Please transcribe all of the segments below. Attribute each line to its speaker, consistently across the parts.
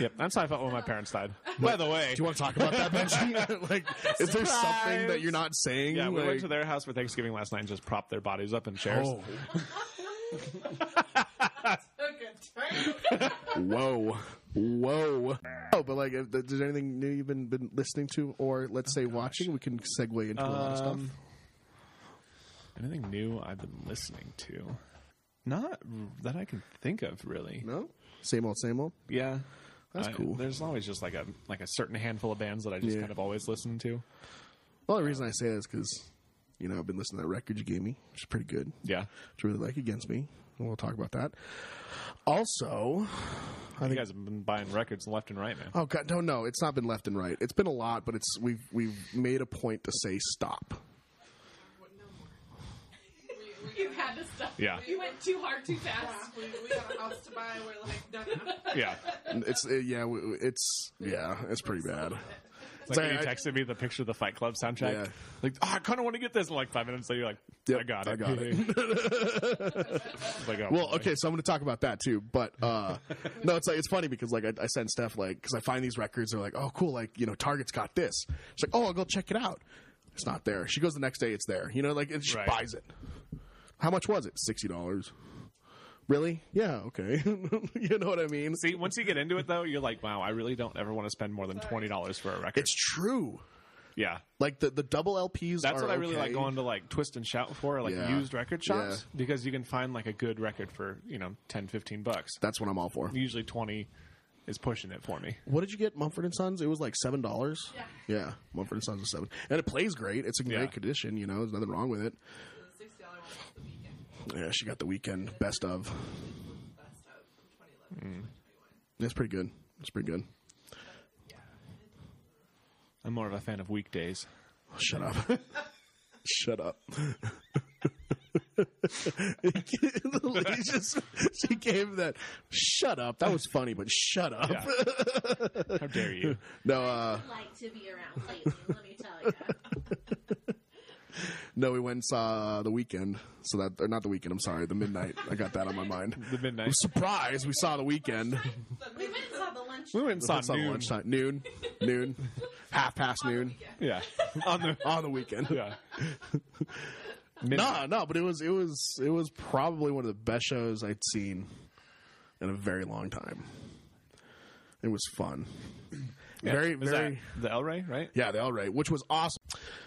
Speaker 1: Yep, I'm sorry about when my parents died. By the way,
Speaker 2: Do you want to talk about that, Benji? like, is there something that you're not saying?
Speaker 1: yeah, we
Speaker 2: like,
Speaker 1: went to their house for Thanksgiving last night and just propped their bodies up in chairs.
Speaker 2: Oh,
Speaker 3: Took a turn.
Speaker 2: whoa, whoa. Oh, but like, if, is there anything new you've been been listening to, or let's say watching? We can segue into a lot of stuff.
Speaker 1: Oh, Um, Anything new I've been listening to? Not r- that I can think of, really.
Speaker 2: No, same old, same old.
Speaker 1: Yeah,
Speaker 2: That's
Speaker 1: I-
Speaker 2: cool.
Speaker 1: There's always just like a like a certain handful of bands that I just
Speaker 2: Yeah.
Speaker 1: kind of always listen to.
Speaker 2: The only reason I say that is because, you know, I've been listening to that record you gave me, which is pretty good.
Speaker 1: Yeah,
Speaker 2: Which I really like against me. and We'll talk about that. Also,
Speaker 1: I think guys have been buying records left and right, man.
Speaker 2: oh god, no, no, it's not been left and right. It's been a lot, but it's we've we've made a point to say stop.
Speaker 3: You had to stop.
Speaker 1: Yeah.
Speaker 3: You went too hard, too fast.
Speaker 4: we, we got a house to buy. We're like, no, no, no.
Speaker 1: Yeah,
Speaker 2: It's uh, yeah, we- we- it's yeah, it's pretty bad.
Speaker 1: it's like when
Speaker 2: I-
Speaker 1: you
Speaker 2: I-
Speaker 1: texted me the picture of the Fight Club soundtrack.
Speaker 2: Yeah.
Speaker 1: Like, "Oh, I kind of want to get this. And like five minutes later, you're like,
Speaker 2: Yep,
Speaker 1: I got it.
Speaker 2: I got it.
Speaker 1: It's like, oh,
Speaker 2: Well,
Speaker 1: boy.
Speaker 2: okay, so I'm going to talk about that too. But uh, no, it's like it's funny because like I, I send Steph like because I find these records. They're like, oh, cool, like you know, Target's got this. She's like, oh, I'll go check it out. It's not there. She goes the next day. It's there. You know, like and she
Speaker 1: Right.
Speaker 2: buys it. How much was it? Sixty dollars. Really? Yeah. Okay. you know what I mean?
Speaker 1: See, once you get into it, though, you're like, wow, I really don't ever want to spend more than twenty dollars for a record.
Speaker 2: it's true.
Speaker 1: yeah,
Speaker 2: Like the the double LPs.
Speaker 1: that's
Speaker 2: are
Speaker 1: what I really like
Speaker 2: okay.
Speaker 1: going to like Twist and Shout for, like
Speaker 2: Yeah.
Speaker 1: used record shops, because you can find like a good record for you know 10, 15 bucks.
Speaker 2: That's what I'm all for.
Speaker 1: Usually twenty is pushing it for me.
Speaker 2: What did you get, Mumford and Sons? It was like seven dollars.
Speaker 3: Yeah.
Speaker 2: Yeah, Mumford and Sons was seven, and it plays great. It's in
Speaker 1: Yeah.
Speaker 2: great condition. You know, there's nothing wrong with it.
Speaker 3: Sixty dollars the weekend.
Speaker 2: Yeah, she got the weekend best of.
Speaker 3: Best of from 2011 to 2021.
Speaker 2: That's pretty good. That's pretty good.
Speaker 1: I'm more of a fan of weekdays.
Speaker 2: Oh, shut up. shut up. Lily just- she gave that shut up. That was funny, but shut up.
Speaker 1: Yeah. How dare you?
Speaker 2: No, uh,
Speaker 5: like to be around lately, let me tell you.
Speaker 2: no, we went and saw the weekend. So that or not the weekend. I'm sorry, the midnight. I got that on my mind.
Speaker 1: The midnight.
Speaker 2: Surprise! We saw the weekend.
Speaker 5: We went and saw the lunch.
Speaker 1: We went and saw
Speaker 2: It's on
Speaker 1: noon.
Speaker 2: lunchtime, noon, noon, half past noon
Speaker 1: Yeah, on the
Speaker 2: on the weekend.
Speaker 1: yeah. Midnight.
Speaker 2: No, no, but it was it was it was probably one of the best shows I'd seen in a very long time. It was fun. Very,
Speaker 1: Was
Speaker 2: very.
Speaker 1: that the El Rey, right?
Speaker 2: Yeah, the L Ray, which was awesome.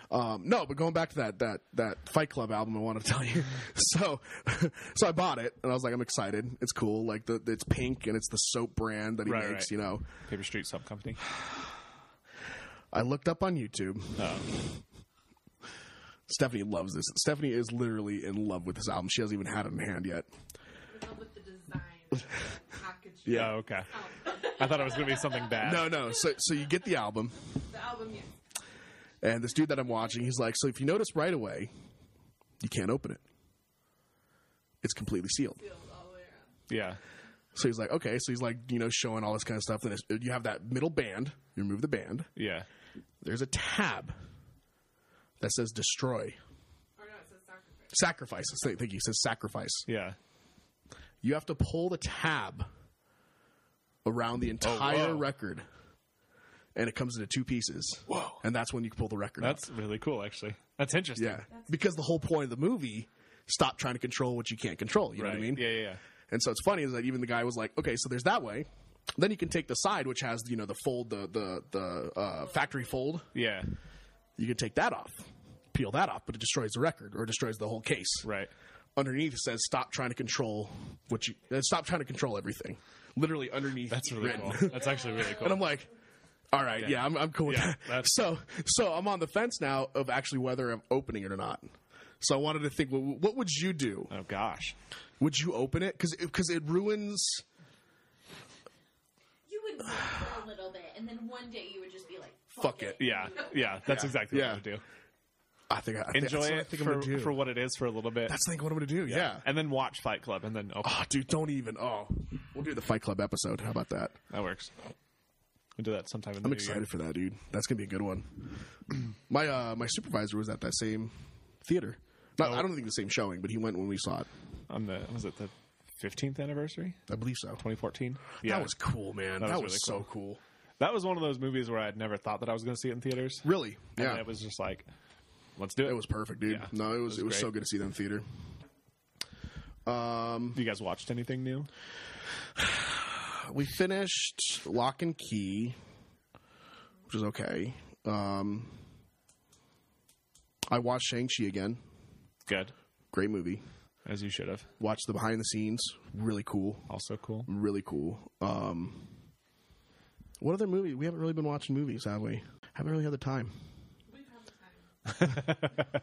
Speaker 2: Um, no, but going back to that that that Fight Club album, I want to tell you. So, so I bought it, and I was like, I'm excited. It's cool. Like the it's pink, and it's the soap brand that he
Speaker 1: Right,
Speaker 2: makes.
Speaker 1: right.
Speaker 2: You know,
Speaker 1: Paper Street Sub Company.
Speaker 2: I looked up on YouTube. Stephanie loves this. Stephanie is literally in love with this album. She hasn't even had it in hand yet.
Speaker 4: We're with the design, the package.
Speaker 1: Yeah. Oh, okay. I thought it was going to be something bad.
Speaker 2: No, no. So, so you get the album,
Speaker 4: The album, yes.
Speaker 2: and this dude that I'm watching, he's like, so if you notice right away, you can't open it. It's completely sealed.
Speaker 4: Feels all the way around.
Speaker 1: Yeah.
Speaker 2: So he's like, okay. So he's like, you know, showing all this kind of stuff. Then it's- you have that middle band. You remove the band.
Speaker 1: Yeah.
Speaker 2: There's a tab that says destroy,
Speaker 4: Or no, it says sacrifice.
Speaker 2: sacrifice. I think he says sacrifice.
Speaker 1: Yeah.
Speaker 2: you have to pull the tab around the entire
Speaker 1: Oh, whoa.
Speaker 2: record and it comes into two pieces
Speaker 1: Whoa.
Speaker 2: and that's when you can pull the record out.
Speaker 1: That's really cool, actually. That's interesting.
Speaker 2: yeah because the whole point of the movie stop trying to control what you can't control you
Speaker 1: Right.
Speaker 2: know what i mean
Speaker 1: Yeah, yeah, yeah.
Speaker 2: and so it's funny is that even the guy was like okay so there's that way then you can take the side which has you know the fold the the the uh, factory fold
Speaker 1: Yeah.
Speaker 2: you can take that off peel that off but it destroys the record or destroys the whole case
Speaker 1: Right.
Speaker 2: underneath it says stop trying to control what you uh, stop trying to control everything literally underneath
Speaker 1: That's really
Speaker 2: written.
Speaker 1: cool. That's actually really cool.
Speaker 2: and i'm like all right yeah, I'm, I'm cool with
Speaker 1: Yeah,
Speaker 2: that
Speaker 1: that's-
Speaker 2: so so i'm on the fence now of actually whether i'm opening it or not so i wanted to think well, what would you do
Speaker 1: oh gosh.
Speaker 2: would you open it because because it ruins
Speaker 5: You would wait for a little bit, and then one day you would just be like,
Speaker 2: Fuck it.
Speaker 1: Yeah. Yeah. That's exactly
Speaker 2: Yeah.
Speaker 1: what I would
Speaker 2: i think i I
Speaker 1: do.
Speaker 2: think,
Speaker 1: Enjoy
Speaker 2: that's what
Speaker 1: it
Speaker 2: i think i'm
Speaker 1: for,
Speaker 2: gonna do
Speaker 1: for what it is for a little bit,
Speaker 2: that's I think what i'm gonna do yeah,
Speaker 1: and then watch Fight Club, and then oh,
Speaker 2: Oh, dude, don't even. Oh, we'll do the Fight Club episode. How about that?
Speaker 1: that works. We'll do that sometime in the
Speaker 2: I'm
Speaker 1: new
Speaker 2: excited for that, dude. That's gonna be a good one. My uh, my supervisor was at that
Speaker 1: Oh.
Speaker 2: same theater. Not, I don't think the same showing, but he went when we saw it.
Speaker 1: year. on the was it the 15th anniversary,
Speaker 2: I believe so.
Speaker 1: 2014. Yeah,
Speaker 2: That was cool, man. That,
Speaker 1: That was
Speaker 2: was,
Speaker 1: really
Speaker 2: so cool.
Speaker 1: that was one of those movies where I'd never thought that I was going to see it in theaters.
Speaker 2: Really?
Speaker 1: And
Speaker 2: Yeah.
Speaker 1: it was just like, let's do it.
Speaker 2: It was perfect, dude.
Speaker 1: Yeah.
Speaker 2: No, it was it was,
Speaker 1: It was great.
Speaker 2: so good to see them theater.
Speaker 1: you guys watched anything new?
Speaker 2: We finished Lock and Key, which was okay. Um, I watched Shang Chi again.
Speaker 1: Good,
Speaker 2: Great movie.
Speaker 1: as you should have.
Speaker 2: Watched the behind the scenes. Really cool.
Speaker 1: Also cool.
Speaker 2: Really cool. Um, what other movie? We haven't really been watching movies, have we? Haven't really had the time.
Speaker 4: We've had the time.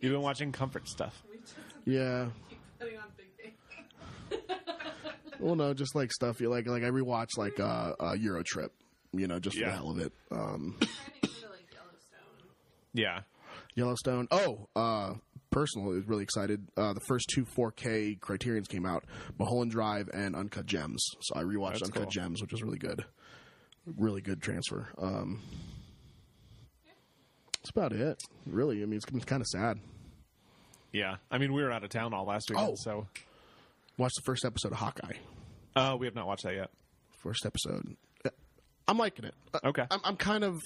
Speaker 1: You've been watching comfort stuff.
Speaker 4: We just
Speaker 2: Yeah.
Speaker 4: keep putting on big things.
Speaker 2: Well, no, just like stuff you like. Like I rewatched like uh, uh, Euro Trip. You know, just for the
Speaker 1: Yeah.
Speaker 2: hell of it. Um,
Speaker 4: Trying to go to like Yellowstone.
Speaker 1: Yeah,
Speaker 2: Yellowstone. Oh, uh, personal is really excited. Uh, the first two 4K Criterion's came out, Mulholland Drive and Uncut Gems. So I rewatched
Speaker 1: That's
Speaker 2: Uncut
Speaker 1: cool.
Speaker 2: Gems, which was really good. Really good transfer. Um, that's about it. Really, I mean, it's, it's kind of sad.
Speaker 1: yeah. I mean, we were out of town all last weekend,
Speaker 2: Oh.
Speaker 1: so
Speaker 2: Watch the first episode of Hawkeye.
Speaker 1: uh, we have not watched that yet.
Speaker 2: First episode. Uh, I'm liking it. Uh,
Speaker 1: Okay.
Speaker 2: I'm, I'm kind of.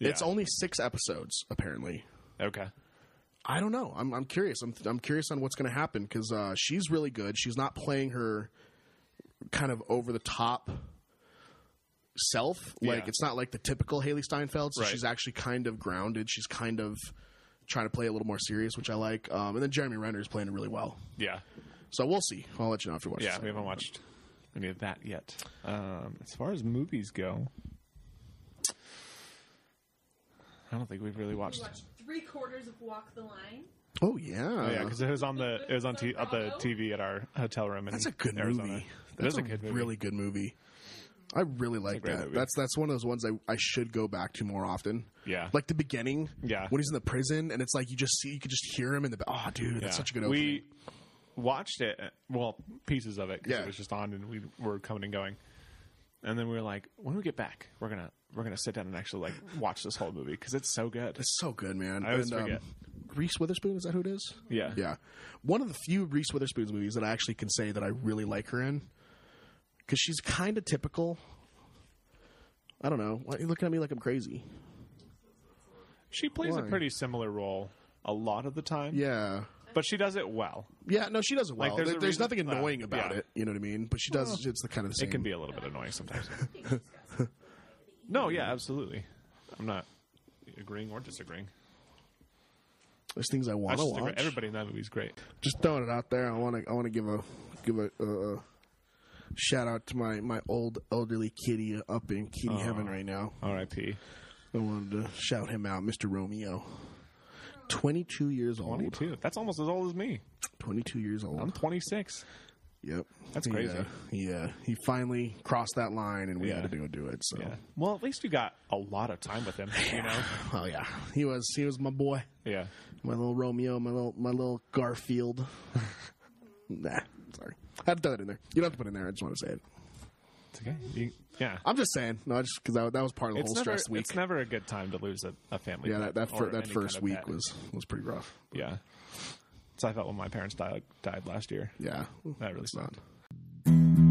Speaker 2: It's
Speaker 1: Yeah.
Speaker 2: only six episodes apparently.
Speaker 1: Okay.
Speaker 2: I don't know. I'm I'm curious. I'm I'm curious on what's going to happen because uh, she's really good. She's not playing her kind of over the top self. Like
Speaker 1: Yeah.
Speaker 2: it's not like the typical Haley Steinfeld. So
Speaker 1: Right.
Speaker 2: she's actually kind of grounded. She's kind of trying to play a little more serious, which I like. Um, and then Jeremy Renner is playing it really well.
Speaker 1: Yeah.
Speaker 2: So we'll see. I'll let you know if you watch.
Speaker 1: Yeah,
Speaker 2: the
Speaker 1: we haven't watched any of that yet. Um, as far as movies go, I don't think we've really
Speaker 5: We
Speaker 1: watched.
Speaker 5: watched three quarters of Walk the Line.
Speaker 2: second. Oh yeah,
Speaker 1: Oh, yeah, because it was on the it was on t- at the
Speaker 5: Bravo?
Speaker 1: TV at our hotel room. In
Speaker 2: that's a good
Speaker 1: Arizona.
Speaker 2: movie.
Speaker 1: That
Speaker 2: That's
Speaker 1: is a good movie.
Speaker 2: really good movie. I really like
Speaker 1: great
Speaker 2: that.
Speaker 1: movie.
Speaker 2: That's that's one of those ones I, I should go back to more often.
Speaker 1: Yeah.
Speaker 2: like the beginning.
Speaker 1: Yeah.
Speaker 2: when he's in the prison and it's like you just see you can just hear him in the ba- oh dude that's
Speaker 1: Yeah.
Speaker 2: such a good opening.
Speaker 1: We watched it, uh, well, pieces of it because
Speaker 2: Yeah.
Speaker 1: it was just on, and we were coming and going. And then we were like, when we get back, we're gonna we're gonna sit down and actually like watch this whole movie because it's so good.
Speaker 2: it's so good, man.
Speaker 1: I always
Speaker 2: and, um,
Speaker 1: forget.
Speaker 2: Reese Witherspoon is that who it is?
Speaker 1: Yeah.
Speaker 2: yeah. One of the few Reese Witherspoon's movies that I actually can say that I really like her in because she's kind of typical. I don't know. Why are you looking at me like I'm crazy?
Speaker 1: She plays a
Speaker 2: Why?
Speaker 1: pretty similar role a lot of the time.
Speaker 2: Yeah,
Speaker 1: but she does it well.
Speaker 2: yeah. No, she does it
Speaker 1: there's
Speaker 2: well. there's
Speaker 1: a
Speaker 2: there's
Speaker 1: reason-
Speaker 2: nothing
Speaker 1: uh,
Speaker 2: annoying about
Speaker 1: yeah.
Speaker 2: it. You know what I mean? But she does. it's the kind of the same.
Speaker 1: It can be a little bit annoying sometimes.
Speaker 5: I think she's got some variety.
Speaker 1: No, yeah, absolutely. I'm not agreeing or disagreeing.
Speaker 2: There's things I
Speaker 1: I
Speaker 2: want to
Speaker 1: just
Speaker 2: watch.
Speaker 1: agree. Everybody in that movie is great.
Speaker 2: just throwing it out there. I want to I want to give a give a uh, shout out to my my old elderly kitty up in kitty heaven right now.
Speaker 1: R.I.P.
Speaker 2: I wanted to shout him out, Mr. Romeo. 22 years old.
Speaker 1: 22. That's almost as old as me.
Speaker 2: 22 years old.
Speaker 1: I'm 26.
Speaker 2: yep.
Speaker 1: That's
Speaker 2: Yeah.
Speaker 1: crazy.
Speaker 2: Yeah. He finally crossed that line and we
Speaker 1: Yeah.
Speaker 2: had to go do it. So.
Speaker 1: Yeah. Well, at least you got a lot of time with him. You know.
Speaker 2: Oh yeah. He was he was my boy.
Speaker 1: Yeah.
Speaker 2: My little Romeo, my little my little Garfield. nah, sorry. I had to throw that in there. You don't have to put it in there. I just want to say it.
Speaker 1: It's okay. You- yeah.
Speaker 2: I'm just saying. No, I just because that, that was part of the
Speaker 1: it's
Speaker 2: whole
Speaker 1: never,
Speaker 2: stress week.
Speaker 1: It's never a good time to lose a, a family.
Speaker 2: yeah,
Speaker 1: pet
Speaker 2: that that,
Speaker 1: or
Speaker 2: fir- that
Speaker 1: any
Speaker 2: first
Speaker 1: kind of
Speaker 2: week
Speaker 1: pet.
Speaker 2: was was pretty rough.
Speaker 1: Yeah. So I felt when my parents died, died last year.
Speaker 2: Yeah,
Speaker 1: That really
Speaker 2: it's not.
Speaker 1: sucked.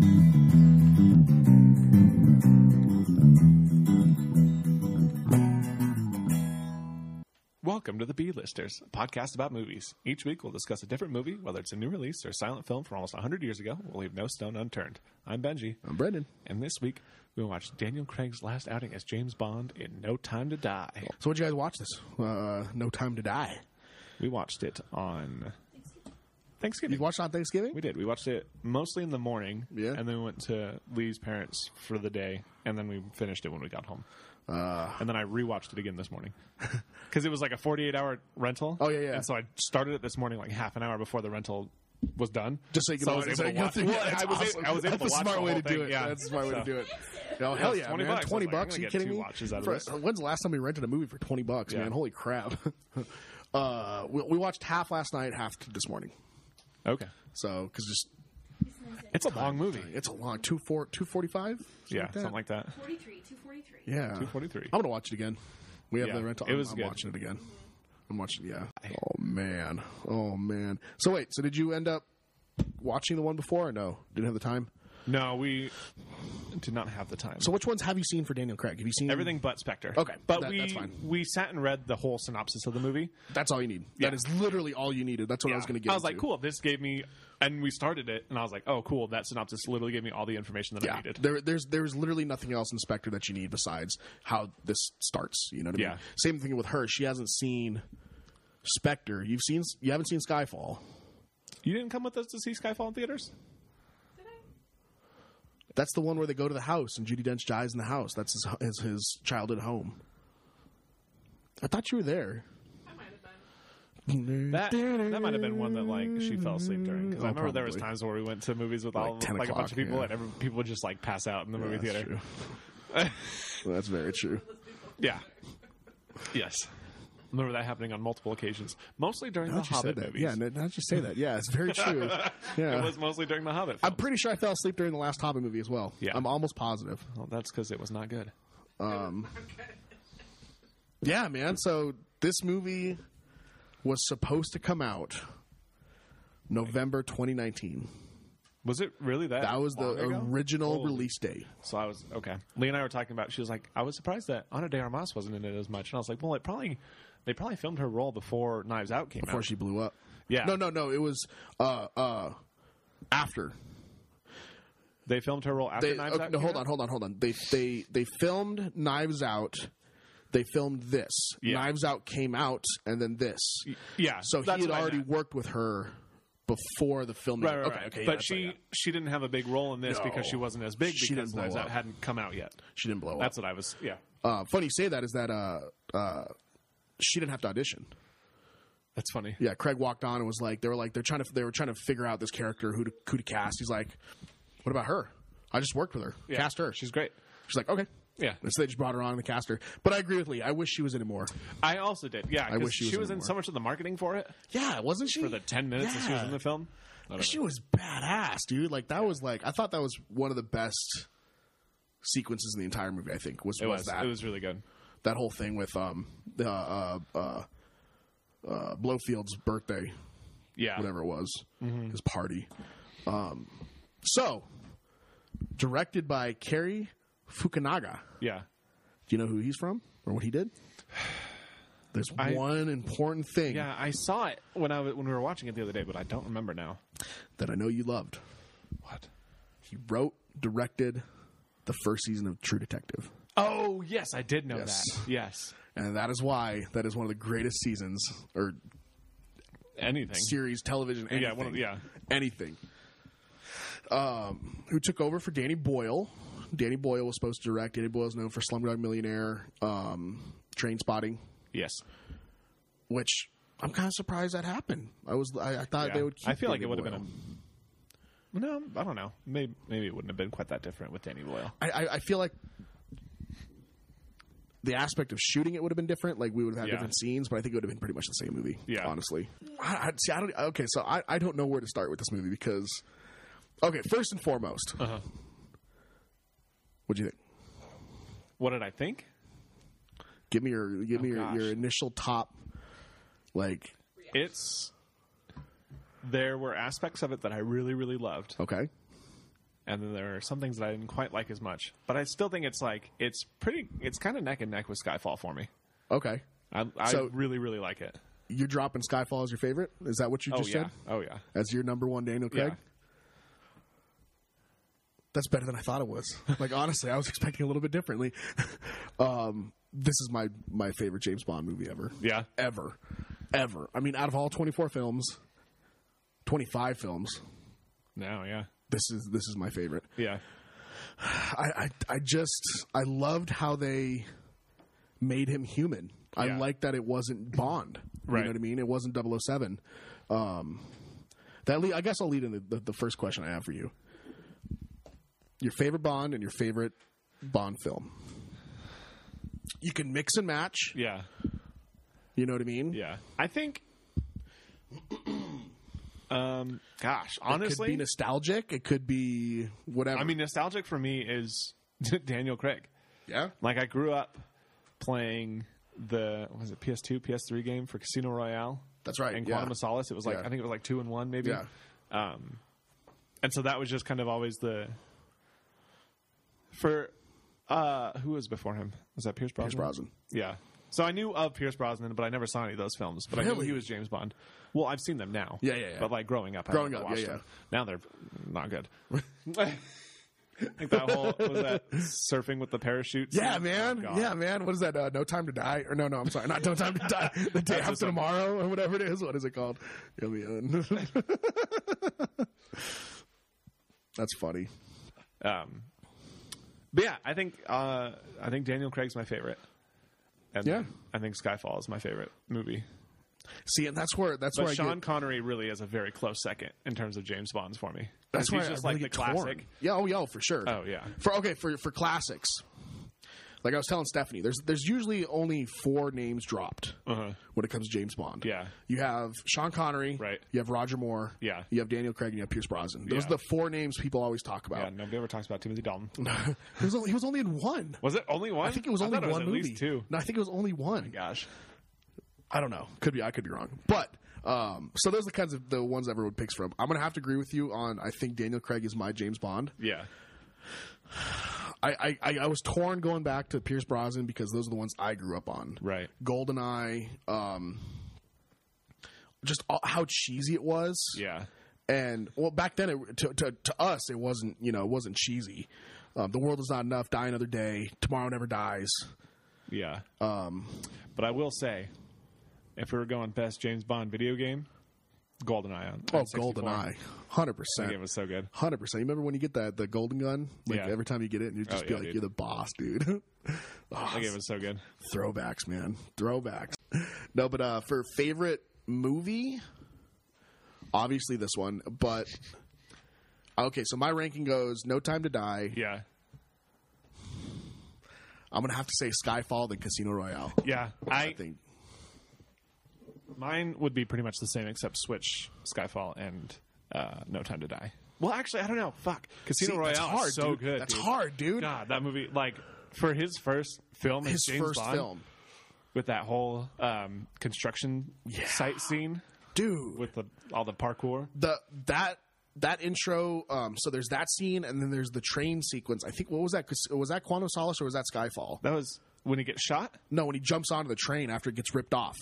Speaker 1: Welcome to the B Listers, a podcast about movies. Each week we'll discuss a different movie, whether it's a new release or a silent film from almost 100 years ago. We'll leave no stone unturned. I'm Benji,
Speaker 2: I'm Uh, Brendan.
Speaker 1: and this week we watched Daniel Craig's last outing as James Bond in No Time to Die.
Speaker 2: So, what'd you guys watch this? Uh, no Time to Die.
Speaker 1: We watched it on
Speaker 2: You
Speaker 1: Thanksgiving.
Speaker 2: watched it on Thanksgiving?
Speaker 1: We did. We watched it mostly in the morning.
Speaker 2: Yeah.
Speaker 1: And then we went to Lee's parents for the day, and then we finished it when we got home.
Speaker 2: Ah.
Speaker 1: Uh, and then I rewatched it again this morning because it was like a 48 hour rental.
Speaker 2: Oh, yeah, yeah.
Speaker 1: And so I started it this morning, like half an hour before the rental was done.
Speaker 2: Just so you can
Speaker 1: I was
Speaker 2: watch
Speaker 1: able to watch.
Speaker 2: it.
Speaker 1: Well, I was
Speaker 2: awesome.
Speaker 1: a- I was able
Speaker 2: That's
Speaker 1: to
Speaker 2: a
Speaker 1: watch
Speaker 2: smart
Speaker 1: the
Speaker 2: way
Speaker 1: whole
Speaker 2: to do
Speaker 1: thing,
Speaker 2: it.
Speaker 1: yeah.
Speaker 2: That's a smart way to do it. Oh,
Speaker 1: it
Speaker 2: hell
Speaker 1: was
Speaker 2: yeah,
Speaker 1: 20
Speaker 2: man.
Speaker 1: bucks. I was
Speaker 2: 20
Speaker 1: like, I'm
Speaker 2: bucks?
Speaker 1: gonna
Speaker 2: Are you
Speaker 1: get
Speaker 2: kidding
Speaker 1: two
Speaker 2: me?
Speaker 1: watches out of
Speaker 2: For-
Speaker 1: this.
Speaker 2: when's the last time we rented a movie for 20 bucks,
Speaker 1: Yeah.
Speaker 2: man? Holy crap. uh, we, we watched half last night, half t- this morning.
Speaker 1: Okay.
Speaker 2: So, because just uh,
Speaker 1: It's a long movie.
Speaker 2: it's a long two four two forty five.
Speaker 1: yeah, something like that.
Speaker 5: 43, 243.
Speaker 2: yeah.
Speaker 1: 243.
Speaker 2: I'm gonna watch it again. We have
Speaker 1: Yeah,
Speaker 2: the rental.
Speaker 1: it was
Speaker 2: I'm, I'm
Speaker 1: good.
Speaker 2: watching it again. I'm watching. Yeah. Oh man. Oh man. So wait. So did you end up watching the one before? or No, didn't have the time.
Speaker 1: No, we did not have the time.
Speaker 2: So which ones have you seen for Daniel Craig? Have you seen
Speaker 1: everything but Spectre.
Speaker 2: Okay,
Speaker 1: but
Speaker 2: that-
Speaker 1: we
Speaker 2: that's fine.
Speaker 1: we sat and read the whole synopsis of the movie.
Speaker 2: That's all you need.
Speaker 1: Yeah.
Speaker 2: That is literally all you needed. That's what I was going to get.
Speaker 1: I was like,
Speaker 2: into.
Speaker 1: cool. This gave me, and we started it, and I was like, oh, cool. That synopsis literally gave me all the information that I
Speaker 2: Yeah,
Speaker 1: needed.
Speaker 2: there, there's there's literally nothing else in Spectre that you need besides how this starts. You know what I
Speaker 1: Yeah.
Speaker 2: mean? Same thing with her. She hasn't seen Spectre. You've seen you haven't seen Skyfall.
Speaker 1: You didn't come with us to see Skyfall in theaters.
Speaker 3: Did I?
Speaker 2: That's the one where they go to the house and Judy Dench dies in the house. That's his his, his childhood home. I thought you were there.
Speaker 3: I might have been.
Speaker 1: That that might have been one that like she fell asleep during. 'Cause
Speaker 2: Oh,
Speaker 1: I remember there was
Speaker 2: probably.
Speaker 1: times where we went to movies with all
Speaker 2: 10
Speaker 1: like a bunch
Speaker 2: o'clock,
Speaker 1: of people
Speaker 2: yeah.
Speaker 1: and every, people would just like pass out in the movie
Speaker 2: that's
Speaker 1: theater.
Speaker 2: true. Well, that's very true.
Speaker 1: Yeah. yes. I remember that happening on multiple occasions, mostly during the
Speaker 2: Now that you said
Speaker 1: Hobbit
Speaker 2: that,
Speaker 1: movies.
Speaker 2: yeah. Now that you say that, yeah, it's very true.
Speaker 1: It
Speaker 2: Yeah,
Speaker 1: was mostly during the Hobbit.
Speaker 2: I'm
Speaker 1: films.
Speaker 2: pretty sure I fell asleep during the last Hobbit movie as well.
Speaker 1: Yeah.
Speaker 2: I'm almost positive.
Speaker 1: well, that's because it was not good.
Speaker 2: Yeah, man. So this movie was supposed to come out November 2019.
Speaker 1: Was it really that?
Speaker 2: That was the
Speaker 1: long ago?
Speaker 2: original
Speaker 1: Holy
Speaker 2: release date.
Speaker 1: So I was okay. Lee and I were talking about. She was like, "I was surprised that Ana de Armas wasn't in it as much." And I was like, "Well, it probably they probably filmed her role before Knives Out came
Speaker 2: Before
Speaker 1: out."
Speaker 2: she blew up.
Speaker 1: Yeah.
Speaker 2: No, no, no. It was uh uh after.
Speaker 1: they filmed her role after
Speaker 2: They,
Speaker 1: Knives
Speaker 2: okay,
Speaker 1: Out.
Speaker 2: no,
Speaker 1: came
Speaker 2: hold
Speaker 1: out?
Speaker 2: on, hold on, hold on. They they they filmed Knives Out. They filmed this.
Speaker 1: Yeah.
Speaker 2: Knives Out came out, and then this.
Speaker 1: Yeah.
Speaker 2: So
Speaker 1: that's
Speaker 2: he had
Speaker 1: what I
Speaker 2: already
Speaker 1: meant.
Speaker 2: worked with her before the filming.
Speaker 1: Right, right,
Speaker 2: okay,
Speaker 1: right.
Speaker 2: okay. yeah,
Speaker 1: but
Speaker 2: that's
Speaker 1: she
Speaker 2: right, yeah.
Speaker 1: she didn't have a big role in this
Speaker 2: No.
Speaker 1: because she wasn't as big
Speaker 2: She
Speaker 1: because
Speaker 2: didn't blow
Speaker 1: Knives
Speaker 2: up.
Speaker 1: Out hadn't come out yet.
Speaker 2: she didn't blow up.
Speaker 1: That's what I was. Yeah.
Speaker 2: uh, funny you say that is that uh, uh, she didn't have to audition.
Speaker 1: That's funny.
Speaker 2: Yeah, Craig walked on and was like, they were like, they're trying to, they were trying to figure out this character who to, who to cast. He's like, what about her? I just worked with her,
Speaker 1: Yeah.
Speaker 2: cast her. She's
Speaker 1: She's great.
Speaker 2: she's like, okay,
Speaker 1: Yeah.
Speaker 2: And so they just brought her on and cast her. But I agree with Lee. I wish she was in it more.
Speaker 1: I also did. Yeah. I
Speaker 2: wish she was
Speaker 1: she
Speaker 2: in
Speaker 1: was
Speaker 2: it
Speaker 1: in
Speaker 2: more.
Speaker 1: so much of the marketing for it
Speaker 2: Yeah, wasn't she
Speaker 1: for the ten minutes that she was
Speaker 2: Yeah.
Speaker 1: in the film.
Speaker 2: She was badass, dude. Like that was like I thought that was one of the best sequences in the entire movie. I think was
Speaker 1: It
Speaker 2: was,
Speaker 1: was.
Speaker 2: that
Speaker 1: It was really good.
Speaker 2: that whole thing with um uh, uh, uh, uh, Blowfield's birthday
Speaker 1: Yeah.
Speaker 2: whatever it was, his party. Um, so, directed by Kerry Fukunaga.
Speaker 1: Yeah.
Speaker 2: Do you know who he's from or what he did? There's
Speaker 1: I-
Speaker 2: one important thing
Speaker 1: Yeah, I saw it when I w- when we were watching it the other day, but I don't remember now.
Speaker 2: that I know you loved.
Speaker 1: What?
Speaker 2: He wrote, directed the first season of True Detective.
Speaker 1: Oh yes, I did know
Speaker 2: Yes.
Speaker 1: that. Yes,
Speaker 2: And that is why that is one of the greatest seasons or
Speaker 1: anything.
Speaker 2: series, television, anything.
Speaker 1: Yeah, one of- yeah.
Speaker 2: anything. Um, who took over for Danny Boyle? Danny Boyle was supposed to direct. Danny Boyle is known for Slumdog Millionaire, um, Train Spotting,
Speaker 1: yes,
Speaker 2: which I'm kind of surprised that happened. I was, I, I thought
Speaker 1: Yeah.
Speaker 2: they would. Keep
Speaker 1: I feel like
Speaker 2: Danny
Speaker 1: it would have been.
Speaker 2: Boyle.
Speaker 1: a... No, I don't know. Maybe maybe it wouldn't have been quite that different with Danny Boyle.
Speaker 2: I I- I feel like the aspect of shooting it would have been different. Like we would have had
Speaker 1: Yeah.
Speaker 2: different scenes, but I think it would have been pretty much the same movie.
Speaker 1: Yeah.
Speaker 2: honestly. I, I, see, I don't. Okay, so I, I don't know where to start with this movie because, okay, first and foremost,
Speaker 1: Uh-huh.
Speaker 2: what do you think?
Speaker 1: What did I think?
Speaker 2: Give me your give me
Speaker 1: Oh,
Speaker 2: your,
Speaker 1: gosh.
Speaker 2: your initial top. Like
Speaker 1: It's there were aspects of it that I really really loved,
Speaker 2: okay,
Speaker 1: and then there are some things that I didn't quite like as much. But I still think it's like it's pretty. It's kind of neck and neck with Skyfall for me.
Speaker 2: okay,
Speaker 1: I, I
Speaker 2: So-
Speaker 1: really really like it.
Speaker 2: you're dropping Skyfall as your favorite. Is that what you
Speaker 1: Oh
Speaker 2: just
Speaker 1: yeah.
Speaker 2: said?
Speaker 1: Oh yeah.
Speaker 2: As your number one Daniel Craig.
Speaker 1: Yeah.
Speaker 2: That's better than I thought it was. Like honestly, I was expecting a little bit differently. um, this is my my favorite James Bond movie ever.
Speaker 1: Yeah.
Speaker 2: ever, ever. I mean, out of all 24 films, 25 films,
Speaker 1: No. Yeah.
Speaker 2: this is this is my favorite.
Speaker 1: Yeah.
Speaker 2: I, I, I just I loved how they made him human. I
Speaker 1: Yeah.
Speaker 2: liked that it wasn't Bond. You
Speaker 1: Right.
Speaker 2: know what I mean? It wasn't 007. Um, that lead, I guess I'll lead in the, the, the first question I have for you. Your favorite Bond and your favorite Bond film. You can mix and match.
Speaker 1: Yeah.
Speaker 2: You know what I mean?
Speaker 1: Yeah, I think. um, gosh,
Speaker 2: it could
Speaker 1: honestly,
Speaker 2: be nostalgic. It could be whatever.
Speaker 1: I mean, nostalgic for me is Daniel Craig.
Speaker 2: yeah,
Speaker 1: Like I grew up playing the what was it PS2, PS3 game for Casino Royale.
Speaker 2: That's right,
Speaker 1: And
Speaker 2: yeah.
Speaker 1: Quantum of Solace. It was like
Speaker 2: Yeah.
Speaker 1: I think it was like two and one maybe.
Speaker 2: Yeah.
Speaker 1: Um, and so that was just kind of always the for uh who was before him was that Pierce Brosnan?
Speaker 2: Pierce Brosnan.
Speaker 1: Yeah. So I knew of Pierce Brosnan, but I never saw any of those films. But I knew
Speaker 2: Really?
Speaker 1: he was James Bond. Well, I've seen them now.
Speaker 2: Yeah, yeah, yeah.
Speaker 1: But like growing up, I
Speaker 2: Growing
Speaker 1: never
Speaker 2: up,
Speaker 1: watched
Speaker 2: yeah, yeah.
Speaker 1: them. Now they're not good. I think that whole was that surfing with the parachute.
Speaker 2: Yeah,
Speaker 1: scene?
Speaker 2: man.
Speaker 1: Oh, God.
Speaker 2: yeah, man. What is that? Uh, no time to die? Or no, no. I'm sorry, not no time to die. The day after
Speaker 1: what's up.
Speaker 2: tomorrow, or whatever it is. What is it called? Yeah, we, uh, That's funny.
Speaker 1: Um, but yeah, I think uh, I think Daniel Craig's my favorite. And
Speaker 2: Yeah.
Speaker 1: I think Skyfall is my favorite movie.
Speaker 2: See, and that's where that's
Speaker 1: But
Speaker 2: where I
Speaker 1: Sean
Speaker 2: get,
Speaker 1: Connery really is a very close second in terms of James Bonds for me. 'Cause
Speaker 2: that's where
Speaker 1: he's
Speaker 2: I
Speaker 1: just
Speaker 2: really
Speaker 1: like the
Speaker 2: get torn.
Speaker 1: classic.
Speaker 2: Yeah, oh yeah, oh, for sure.
Speaker 1: Oh yeah.
Speaker 2: For okay, for for classics. Like I was telling Stephanie, there's there's usually only four names dropped
Speaker 1: Uh-huh.
Speaker 2: when it comes to James Bond.
Speaker 1: Yeah.
Speaker 2: You have Sean Connery,
Speaker 1: Right.
Speaker 2: You have Roger Moore,
Speaker 1: Yeah.
Speaker 2: You have Daniel Craig, and you have Pierce Brosnan. Those
Speaker 1: Yeah.
Speaker 2: are the four names people always talk
Speaker 1: Yeah,
Speaker 2: about.
Speaker 1: nobody ever talks about Timothy Dalton.
Speaker 2: he, was only, he was only in one.
Speaker 1: Was it only one?
Speaker 2: I think it was only
Speaker 1: thought
Speaker 2: one
Speaker 1: it at
Speaker 2: movie.
Speaker 1: least two.
Speaker 2: No, I think it was only one.
Speaker 1: Gosh.
Speaker 2: I don't know. Could be. I could be wrong. But um, so those are the kinds of the ones everyone picks from. I'm gonna have to agree with you on. I think Daniel Craig is my James Bond.
Speaker 1: Yeah.
Speaker 2: I, I, I was torn going back to Pierce Brosnan because those are the ones I grew up on.
Speaker 1: Right.
Speaker 2: Goldeneye, um, just all, how cheesy it was.
Speaker 1: Yeah.
Speaker 2: And well, back then, it, to, to to us, it wasn't you know it wasn't cheesy. Um, the world is not enough. Die another day. Tomorrow never dies.
Speaker 1: Yeah. Um, but I will say, if we were going best James Bond video game, GoldenEye on.
Speaker 2: Oh,
Speaker 1: on 64.
Speaker 2: Goldeneye, hundred
Speaker 1: That
Speaker 2: percent.
Speaker 1: game was so good.
Speaker 2: Hundred percent. You remember when you get that the golden gun? Like
Speaker 1: Yeah.
Speaker 2: every time you get it, and you just
Speaker 1: Oh,
Speaker 2: be
Speaker 1: yeah,
Speaker 2: like,
Speaker 1: dude.
Speaker 2: "You're the boss, dude." Ah,
Speaker 1: That game was so good.
Speaker 2: throwbacks, man. Throwbacks. No, but uh, for favorite movie, obviously this one. But okay, so my ranking goes: No Time to Die.
Speaker 1: Yeah.
Speaker 2: I'm gonna have to say Skyfall, then Casino Royale.
Speaker 1: Yeah. I,
Speaker 2: I think
Speaker 1: mine would be pretty much the same except Switch, Skyfall, and uh, No Time to Die. Well, actually, I don't know. Fuck, Casino
Speaker 2: See,
Speaker 1: Royale
Speaker 2: that's hard,
Speaker 1: is so
Speaker 2: dude.
Speaker 1: good.
Speaker 2: That's
Speaker 1: dude.
Speaker 2: hard, dude.
Speaker 1: God, that movie like for his first film, as
Speaker 2: His
Speaker 1: James
Speaker 2: first
Speaker 1: Bond,
Speaker 2: film,
Speaker 1: with that whole um, construction site scene
Speaker 2: dude.
Speaker 1: with the, all the parkour.
Speaker 2: the that that intro um so there's that scene and then there's the train sequence i think what was that 'Cause- was that quantum solace or was that skyfall
Speaker 1: That was when he gets shot.
Speaker 2: no when he jumps onto the train after it gets ripped off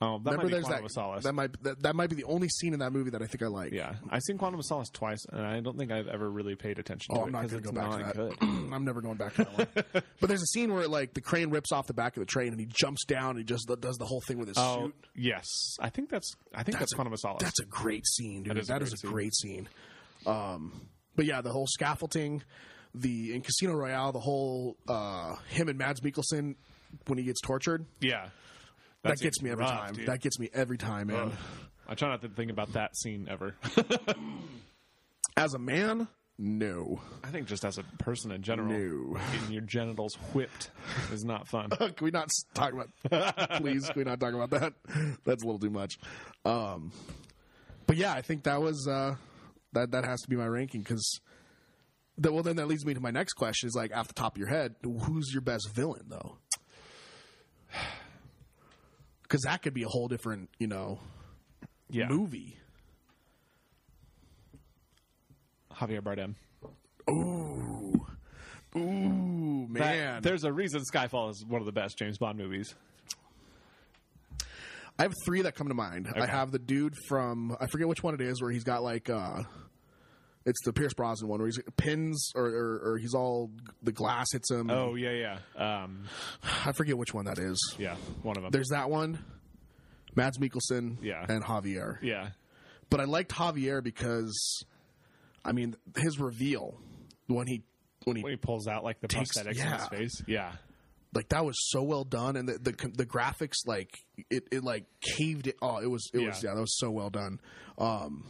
Speaker 1: Oh, that
Speaker 2: remember
Speaker 1: might be
Speaker 2: there's
Speaker 1: Quantum
Speaker 2: that
Speaker 1: of Solace.
Speaker 2: that might that, that might be the only scene in that movie that i think i like
Speaker 1: yeah, I've seen Quantum of Solace twice, and I don't think I've ever really paid attention
Speaker 2: Oh,
Speaker 1: to it
Speaker 2: I'm not
Speaker 1: 'cause
Speaker 2: going to go
Speaker 1: it's
Speaker 2: back
Speaker 1: not
Speaker 2: to that.
Speaker 1: good.
Speaker 2: I'm never going back to that one. but there's a scene where like the crane rips off the back of the train and he jumps down and he just does the whole thing with his
Speaker 1: Oh,
Speaker 2: suit.
Speaker 1: yes, I think that's I think that's,
Speaker 2: a-
Speaker 1: Quantum of Solace.
Speaker 2: That's a great scene, dude. That is a, great,
Speaker 1: scene.
Speaker 2: scene. Um, but yeah, the whole scaffolding, the in Casino Royale, the whole uh, him and Mads Mikkelsen when he gets tortured.
Speaker 1: yeah,
Speaker 2: That, gets
Speaker 1: seems
Speaker 2: me every
Speaker 1: rough,
Speaker 2: time.
Speaker 1: dude.
Speaker 2: That gets me every time, man.
Speaker 1: I try not to think about that scene ever.
Speaker 2: As a man, no,
Speaker 1: I think just as a person in general,
Speaker 2: no.
Speaker 1: getting your genitals whipped is not fun.
Speaker 2: can we not s- talk about? please, can we not talk about that? That's a little too much. Um, but yeah, I think that was uh, that. That has to be my ranking because. Well, then that leads me to my next question: is like off the top of your head, who's your best villain though? Because that could be a whole different, you know,
Speaker 1: Yeah,
Speaker 2: movie.
Speaker 1: Javier Bardem.
Speaker 2: Ooh, ooh,
Speaker 1: That-
Speaker 2: man!
Speaker 1: there's a reason Skyfall is one of the best James Bond movies.
Speaker 2: I have three that come to mind. I have the dude from I forget which one it is where he's got like uh it's the Pierce Brosnan one where he's pins or or, or he's all the glass hits him.
Speaker 1: Oh yeah, yeah, um,
Speaker 2: I forget which one that is.
Speaker 1: yeah, one of them.
Speaker 2: There's that one. Mads Mikkelsen
Speaker 1: Yeah.
Speaker 2: and Javier.
Speaker 1: yeah,
Speaker 2: But I liked Javier because I mean his reveal when he when he
Speaker 1: when he pulls out like the
Speaker 2: Takes-
Speaker 1: prosthetics in his
Speaker 2: yeah.
Speaker 1: face. Yeah,
Speaker 2: like that was so well done and the the, the graphics like it, it like caved it oh it was it was
Speaker 1: Yeah.
Speaker 2: yeah that was so well done um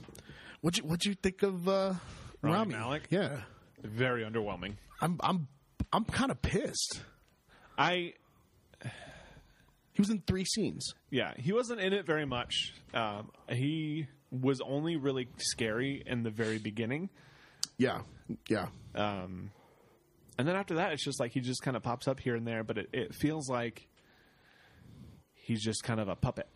Speaker 2: what you what you think of uh
Speaker 1: Rami
Speaker 2: Rami
Speaker 1: Malek?
Speaker 2: yeah
Speaker 1: very underwhelming.
Speaker 2: I'm I'm I'm kind of pissed
Speaker 1: I
Speaker 2: he was in three scenes
Speaker 1: Yeah, he wasn't in it very much. Um, he was only really scary in the very beginning.
Speaker 2: yeah yeah
Speaker 1: And then after that, it's just like he just kind of pops up here and there, but it, it feels like he's just kind of a puppet.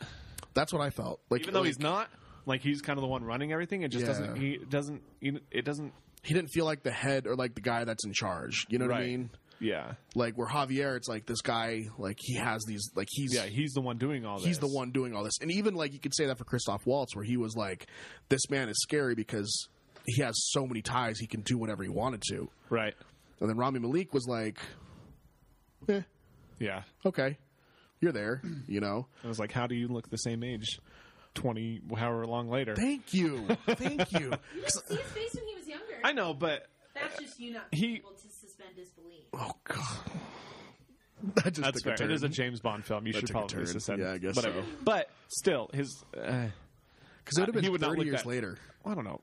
Speaker 2: That's what I felt. Like
Speaker 1: Even though
Speaker 2: like,
Speaker 1: he's not, like he's kind of the one running everything. It just
Speaker 2: Yeah.
Speaker 1: doesn't. He doesn't. It doesn't.
Speaker 2: he didn't feel like the head or like the guy that's in charge. You know what I
Speaker 1: Right.
Speaker 2: mean?
Speaker 1: Yeah.
Speaker 2: Like where Javier, it's like this guy, like he has these, like he's
Speaker 1: Yeah. He's the one doing all this.
Speaker 2: he's the one doing all this. And even like you could say that for Christoph Waltz, where he was like, this man is scary because he has so many ties, he can do whatever he wanted to.
Speaker 1: Right.
Speaker 2: And then Rami Malik was like, eh,
Speaker 1: Yeah.
Speaker 2: okay, you're there, you know.
Speaker 1: I was like, how do you look the same age? Twenty, however long later.
Speaker 2: Thank you, thank you.
Speaker 5: You didn't see his face when he was younger.
Speaker 1: I know, but
Speaker 5: That's just you not
Speaker 1: He-
Speaker 5: being able to suspend disbelief.
Speaker 2: Oh god, that just
Speaker 1: that's
Speaker 2: took
Speaker 1: fair.
Speaker 2: a turn.
Speaker 1: It is a James Bond film. You should
Speaker 2: took a
Speaker 1: probably
Speaker 2: turn.
Speaker 1: suspend.
Speaker 2: Yeah, I guess
Speaker 1: Whatever.
Speaker 2: so.
Speaker 1: But still, his. Uh,
Speaker 2: Because it would have been
Speaker 1: He would not
Speaker 2: thirty
Speaker 1: look
Speaker 2: years
Speaker 1: that-
Speaker 2: later.
Speaker 1: I don't know.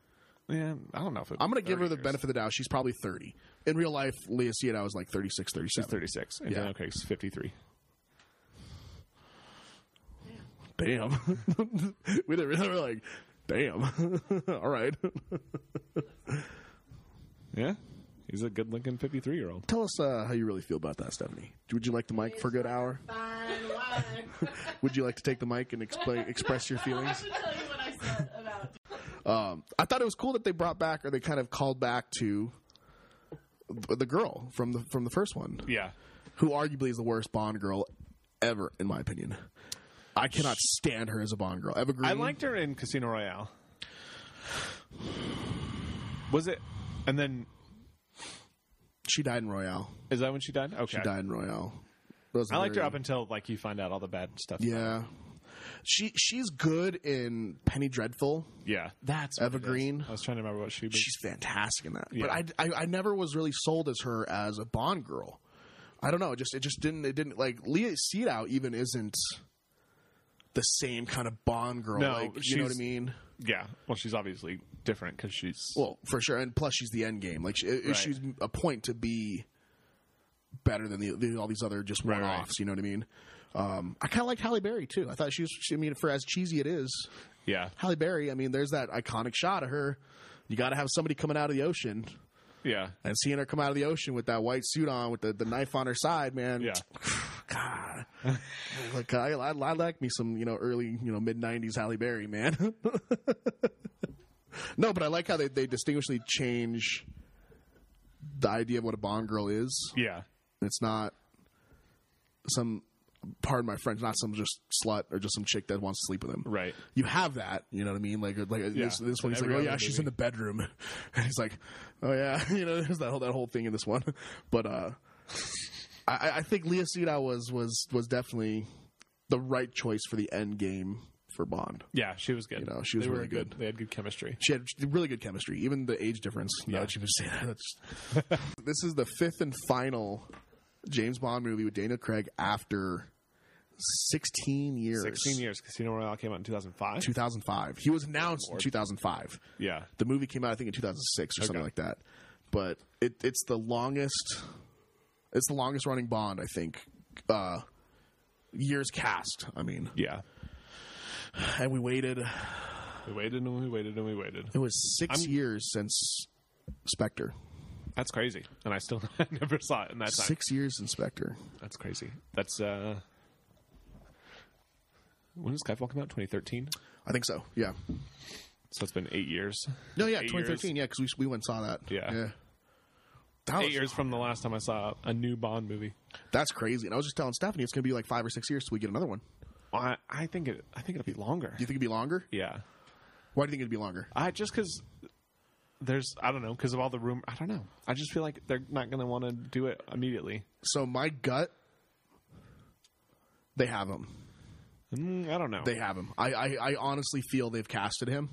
Speaker 1: Yeah, I don't know if it,
Speaker 2: I'm going to give her the
Speaker 1: 30 years.
Speaker 2: benefit of the doubt. She's probably 30. In real life, Leah Siedow was like 36,
Speaker 1: She's
Speaker 2: 37.
Speaker 1: 36, and
Speaker 2: Yeah.
Speaker 1: Daniel Craig's 53.
Speaker 2: Damn. we didn't really, we were like, damn. All right.
Speaker 1: Yeah, he's a good-looking 53-year-old.
Speaker 2: Tell us uh, how you really feel about that, Stephanie. Would you like the mic for a good hour?
Speaker 4: Fine wine.
Speaker 2: Would you like to take the mic and explain, express your
Speaker 4: I
Speaker 2: feelings?
Speaker 4: should tell you what I said about
Speaker 2: Um, I thought it was cool that they brought back or they kind of called back to th- the girl from the from the first one,
Speaker 1: Yeah,
Speaker 2: who arguably is the worst Bond girl ever, in my opinion. I cannot stand her as a Bond girl. Eva Green.
Speaker 1: I liked her in Casino Royale. Was it? And then
Speaker 2: She died in Royale.
Speaker 1: is that when she died? Okay,
Speaker 2: She died in Royale. That was
Speaker 1: I liked her
Speaker 2: very-
Speaker 1: up until like you find out all the bad stuff.
Speaker 2: Yeah, she she's good in Penny Dreadful.
Speaker 1: yeah, that's
Speaker 2: Eva
Speaker 1: what it is.
Speaker 2: Green.
Speaker 1: I was trying to remember what she was.
Speaker 2: She's fantastic in that.
Speaker 1: Yeah.
Speaker 2: But I, I I never was really sold as her as a Bond girl. I don't know. It just it just didn't it didn't like Leah Seydow even isn't the same kind of Bond girl.
Speaker 1: No,
Speaker 2: like, you know what I
Speaker 1: she's-
Speaker 2: mean.
Speaker 1: yeah, well, she's obviously different because she's
Speaker 2: Well, for sure, and plus she's the end game. Like she,
Speaker 1: Right.
Speaker 2: she's a point to be better than the, the, all these other just
Speaker 1: Right,
Speaker 2: one
Speaker 1: right.
Speaker 2: offs. You know what I mean? Um, I kind of liked Halle Berry too. I thought she was. She, I mean, for as cheesy it is,
Speaker 1: yeah,
Speaker 2: Halle Berry. I mean, there's that iconic shot of her. You got to have somebody coming out of the ocean,
Speaker 1: yeah.
Speaker 2: and seeing her come out of the ocean with that white suit on, with the, the knife on her side, man.
Speaker 1: Yeah.
Speaker 2: God, like I, I, I like me some, you know, early, you know, mid '90s Halle Berry, man. no, but I like how they they distinguishly change the idea of what a Bond girl is.
Speaker 1: Yeah.
Speaker 2: It's not some, pardon my French, not some just slut or just some chick that wants to sleep with him.
Speaker 1: Right.
Speaker 2: You have that, you know what I mean? Like, like this, this one, he's like,
Speaker 1: Every
Speaker 2: oh
Speaker 1: other
Speaker 2: yeah, she's
Speaker 1: movie.
Speaker 2: in the bedroom, and he's like, oh yeah, you know, there's that whole that whole thing in this one. But uh, I- I, I think Leah Seydow was was was definitely the right choice for the end game for Bond.
Speaker 1: Yeah, she was good.
Speaker 2: You know, she was
Speaker 1: They were
Speaker 2: really good.
Speaker 1: They had good chemistry.
Speaker 2: She had really good chemistry, even the age difference. No,
Speaker 1: Yeah.
Speaker 2: she was saying that. That's- this is the fifth and final James Bond movie with Daniel Craig after 16 years.
Speaker 1: 16 years. Casino Royale came out in 2005.
Speaker 2: 2005. He was announced in 2005.
Speaker 1: Yeah.
Speaker 2: The movie came out, I think, in 2006 or something
Speaker 1: Okay.
Speaker 2: like that. But it, it's the longest, it's the longest running Bond, I think. Uh, years cast. I mean,
Speaker 1: Yeah.
Speaker 2: and we waited.
Speaker 1: We waited and we waited and we waited.
Speaker 2: It was 6 years since Spectre.
Speaker 1: That's crazy. And I still never saw it in that time.
Speaker 2: Six years in Spectre.
Speaker 1: That's crazy. That's uh when did Skyfall come out? 2013.
Speaker 2: I think so. Yeah.
Speaker 1: So it's been eight years.
Speaker 2: No, yeah,
Speaker 1: Eight
Speaker 2: 2013.
Speaker 1: years.
Speaker 2: Yeah, because we, we went and saw that.
Speaker 1: Yeah.
Speaker 2: That
Speaker 1: Eight
Speaker 2: was-
Speaker 1: years from the last time I saw a new Bond movie.
Speaker 2: That's crazy. And I was just telling Stephanie it's going to be like five or six years till we get another one. Do
Speaker 1: I, I think it. I think it'll be longer.
Speaker 2: you think it'd be longer?
Speaker 1: Yeah.
Speaker 2: Why do you think it'd be longer?
Speaker 1: I just because there's I don't know because of all the rumor. I don't know. I just feel like they're not going to want to do it immediately.
Speaker 2: So my gut, they have him.
Speaker 1: Mm, I don't know.
Speaker 2: They have him. I, I, I honestly feel they've casted him,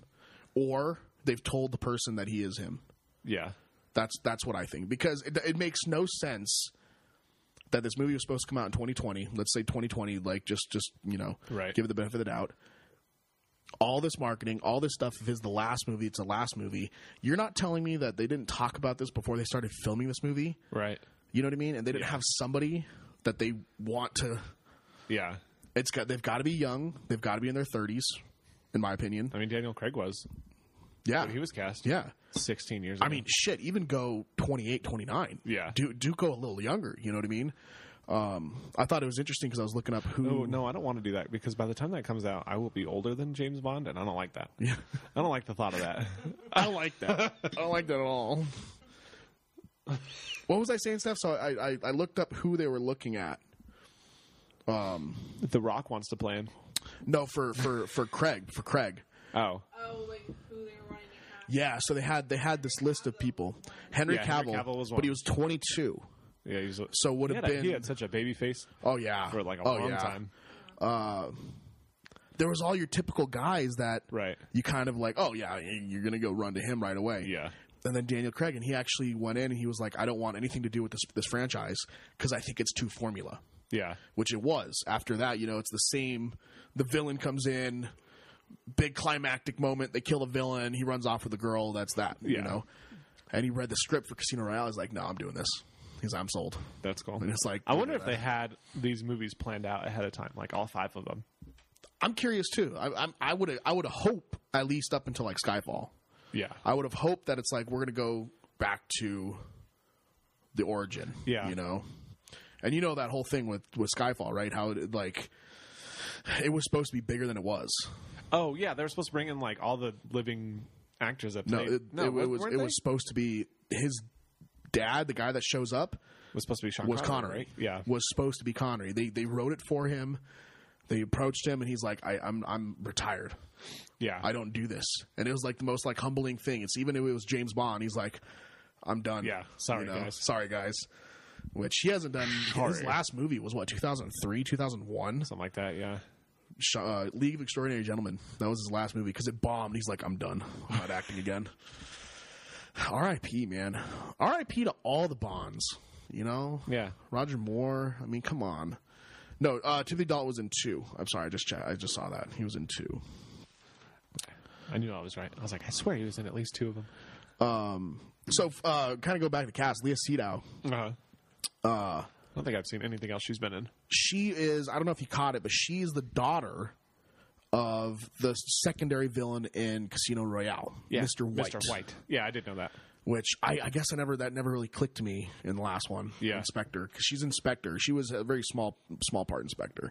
Speaker 2: or they've told the person that he is him.
Speaker 1: yeah.
Speaker 2: That's that's what I think because it, it makes no sense that this movie was supposed to come out in 2020. Let's say 2020, like just just you know,
Speaker 1: Right.
Speaker 2: give it the benefit of the doubt. All this marketing, all this stuff. If it's the last movie, it's the last movie. You're not telling me that they didn't talk about this before they started filming this movie.
Speaker 1: Right.
Speaker 2: You know what I mean? And they didn't have somebody that they want to.
Speaker 1: Yeah.
Speaker 2: It's got they've got to be young. They've got to be in their 30s, in my opinion.
Speaker 1: I mean, Daniel Craig was.
Speaker 2: Yeah,
Speaker 1: He was cast.
Speaker 2: yeah.
Speaker 1: 16 years ago.
Speaker 2: I mean, shit, even go 28, 29.
Speaker 1: Yeah.
Speaker 2: Do, do go a little younger. You know what I mean? Um, I thought it was interesting because I was looking up who.
Speaker 1: Oh, no, I don't want to do that because by the time that comes out, I will be older than James Bond, and I don't like that.
Speaker 2: Yeah.
Speaker 1: I don't like the thought of that.
Speaker 2: I don't like that. I don't like that at all. what was I saying, Steph? So I, I, I looked up who they were looking at.
Speaker 1: the Rock wants to play him.
Speaker 2: No, for, for, for Craig. For Craig.
Speaker 1: Oh,
Speaker 3: Oh, like who they were running to cast?
Speaker 2: Yeah, so they had they had this list of people. Henry
Speaker 1: Yeah, Henry
Speaker 2: Cavill,
Speaker 1: Cavill was one.
Speaker 2: but he was 22.
Speaker 1: yeah. He's,
Speaker 2: So would
Speaker 1: he
Speaker 2: have
Speaker 1: had a-
Speaker 2: been-
Speaker 1: he had such a baby face
Speaker 2: Oh yeah,
Speaker 1: for like a
Speaker 2: oh,
Speaker 1: long
Speaker 2: yeah.
Speaker 1: time.
Speaker 2: There was all your typical guys that
Speaker 1: Right.
Speaker 2: you kind of like. Oh yeah, you're gonna go run to him right away.
Speaker 1: Yeah.
Speaker 2: And then Daniel Craig, and he actually went in and he was like, I don't want anything to do with this this franchise because I think it's too formula,
Speaker 1: Yeah.
Speaker 2: which it was. After that, you know, it's the same. The villain comes in, big climactic moment. They kill the villain. He runs off with the girl. That's that. You
Speaker 1: Yeah.
Speaker 2: know. And he read the script for Casino Royale. He's like, No, I'm doing this. He's, I'm sold.
Speaker 1: That's cool.
Speaker 2: And it's like,
Speaker 1: I wonder if they had these movies planned out ahead of time, like all five of them.
Speaker 2: I'm curious too. I, I'm, I would, I would hope at least up until like Skyfall.
Speaker 1: Yeah.
Speaker 2: I would have hoped that it's like we're gonna go back to the origin.
Speaker 1: Yeah.
Speaker 2: you know, and you know that whole thing with with Skyfall, right? How it like it was supposed to be bigger than it was.
Speaker 1: Oh, yeah. They were supposed to bring in like all the living actors up. to
Speaker 2: No,
Speaker 1: date.
Speaker 2: it, it,
Speaker 1: wa-
Speaker 2: was
Speaker 1: weren't
Speaker 2: it
Speaker 1: they?
Speaker 2: was supposed to be his dad, the guy that shows up,
Speaker 1: was supposed to be Sean
Speaker 2: was
Speaker 1: Connery,
Speaker 2: Connery.
Speaker 1: right? Yeah.
Speaker 2: was supposed to be Connery. They they wrote it for him. They approached him, and he's like, I, "I'm I'm retired.
Speaker 1: yeah.
Speaker 2: I don't do this. And it was like the most like humbling thing. It's even if it was James Bond, he's like, I'm done.
Speaker 1: Yeah, sorry, guys.
Speaker 2: Sorry guys. Which he hasn't done. His
Speaker 1: Sorry.
Speaker 2: last movie was what 2003, 2001.
Speaker 1: Something like that. Yeah.
Speaker 2: Sh- Uh, League of Extraordinary Gentlemen. That was his last movie because it bombed. He's like, I'm done. I'm not acting again. R.I.P. Man. R.I.P. to all the Bonds. You know.
Speaker 1: Yeah.
Speaker 2: Roger Moore. I mean, come on. No, uh, Timothy Dalton was in two. I'm sorry, I just checked. I just saw that he was in two.
Speaker 1: I knew I was right. I was like, I swear he was in at least two of them.
Speaker 2: So, uh, kind of go back to cast. Leah Seydow.
Speaker 1: Uh-huh. Uh, I don't think I've seen anything else she's been in.
Speaker 2: She is. I don't know if you caught it, but she is the daughter of the secondary villain in Casino Royale, Mr. White.
Speaker 1: Mr. White. Yeah, I did know that.
Speaker 2: Which I, I guess I never that never really clicked to me in the last one.
Speaker 1: Yeah.
Speaker 2: Inspector, because she's Inspector. She was a very small small part Inspector.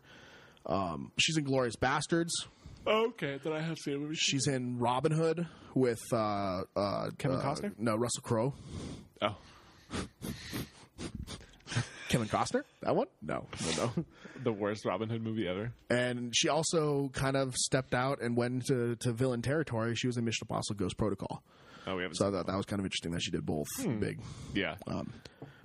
Speaker 2: Um, she's in Glorious Bastards.
Speaker 1: Okay, then I have seen a movie.
Speaker 2: She's in Robin Hood with uh, uh,
Speaker 1: Kevin
Speaker 2: uh,
Speaker 1: Costner?
Speaker 2: No, Russell Crowe.
Speaker 1: Oh,
Speaker 2: Kevin Costner. That one? No, no, no.
Speaker 1: the worst Robin Hood movie ever.
Speaker 2: And she also kind of stepped out and went to, to villain territory. She was in Mission Impossible Ghost Protocol.
Speaker 1: Oh, we haven't.
Speaker 2: So um, I thought that was kind of interesting that she did both
Speaker 1: Hmm.
Speaker 2: big.
Speaker 1: seen yeah.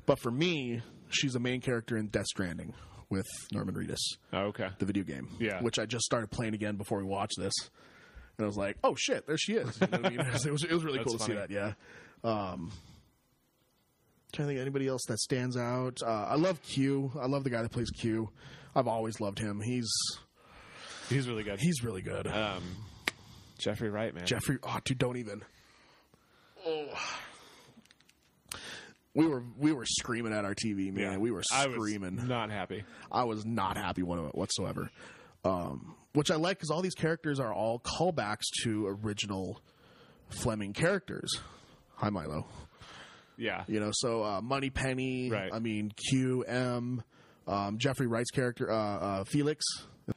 Speaker 2: But for me, she's a main character in Death Stranding with Norman Reedus,
Speaker 1: Oh, okay.
Speaker 2: the video game.
Speaker 1: Yeah.
Speaker 2: Which I just started playing again before we watched this. And I was like, oh shit, there she is. You know what I mean? it, was, it was really
Speaker 1: That's
Speaker 2: cool to see
Speaker 1: funny.
Speaker 2: that, yeah. Um, trying to think of anybody else that stands out. Uh, I love Q. I love the guy that plays Q. I've always loved him. He's
Speaker 1: He's really good.
Speaker 2: he's really good.
Speaker 1: um, Jeffrey Wright, man.
Speaker 2: Jeffrey, oh, dude, don't even. We were we were screaming at our TV, man. We were
Speaker 1: I was
Speaker 2: screaming.
Speaker 1: not happy.
Speaker 2: I was not happy one of it whatsoever. Um, which I like because all these characters are all callbacks to original Fleming characters. Hi, Milo.
Speaker 1: Yeah.
Speaker 2: You know, so uh, Money Penny.
Speaker 1: Right.
Speaker 2: I mean, Q M. Um, Jeffrey Wright's character, uh, uh, Felix.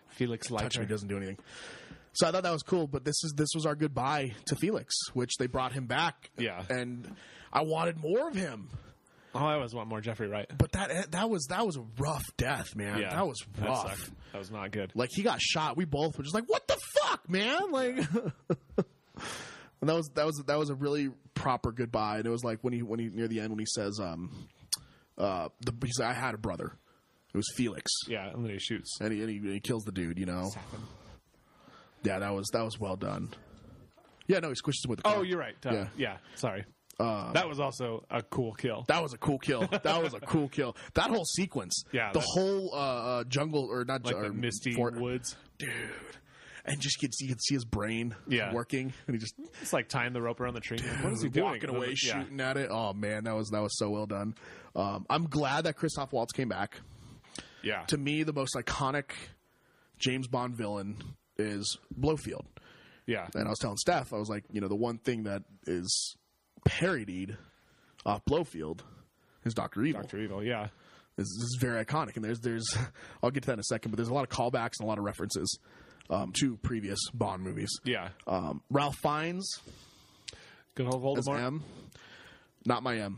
Speaker 1: Felix
Speaker 2: Actually,
Speaker 1: Leiter.
Speaker 2: doesn't do anything. So I thought that was cool, but this is this was our goodbye to Felix, which they brought him back.
Speaker 1: Yeah.
Speaker 2: and I wanted more of him,
Speaker 1: Oh, I always want more Jeffrey Wright.
Speaker 2: but that that was that was a rough death, man.
Speaker 1: Yeah,
Speaker 2: That was rough.
Speaker 1: That, sucked. that was not good.
Speaker 2: Like he got shot. We both were just like, "What the fuck, man!" Like, and that was that was that was a really proper goodbye. And it was like when he when he near the end when he says, "Um, uh, the, he's like, I had a brother. It was Felix."
Speaker 1: Yeah, and then he shoots.
Speaker 2: And he, and he and he kills the dude. You know. Yeah, that was that was well done. Yeah, no, he squishes him with. The
Speaker 1: Oh,
Speaker 2: car.
Speaker 1: you're right. Uh,
Speaker 2: Yeah. Um,
Speaker 1: yeah. Sorry. that was also a cool kill.
Speaker 2: That was a cool kill. That was a cool kill. That whole sequence.
Speaker 1: Yeah,
Speaker 2: the
Speaker 1: that-
Speaker 2: whole uh, uh, jungle or not
Speaker 1: like
Speaker 2: ju-
Speaker 1: the
Speaker 2: or
Speaker 1: misty
Speaker 2: for-
Speaker 1: woods.
Speaker 2: dude. And just gets you can see his brain
Speaker 1: Yeah.
Speaker 2: working, and he just
Speaker 1: It's like tying the rope around the tree. what is he doing?
Speaker 2: walking away,
Speaker 1: Yeah.
Speaker 2: shooting at it. Oh man, that was that was so well done. Um, I'm glad that Christoph Waltz came back.
Speaker 1: Yeah.
Speaker 2: To me, the most iconic James Bond villain is Blowfield.
Speaker 1: yeah.
Speaker 2: And I was telling Steph, I was like, you know, the one thing that is parodied off Blowfield is Doctor Evil.
Speaker 1: Doctor Evil. Yeah,
Speaker 2: This is very iconic, and there's there's I'll get to that in a second, but there's a lot of callbacks and a lot of references um, to previous Bond movies.
Speaker 1: yeah.
Speaker 2: Um, Ralph Fiennes
Speaker 1: Good old
Speaker 2: as
Speaker 1: Voldemort.
Speaker 2: M, not my M.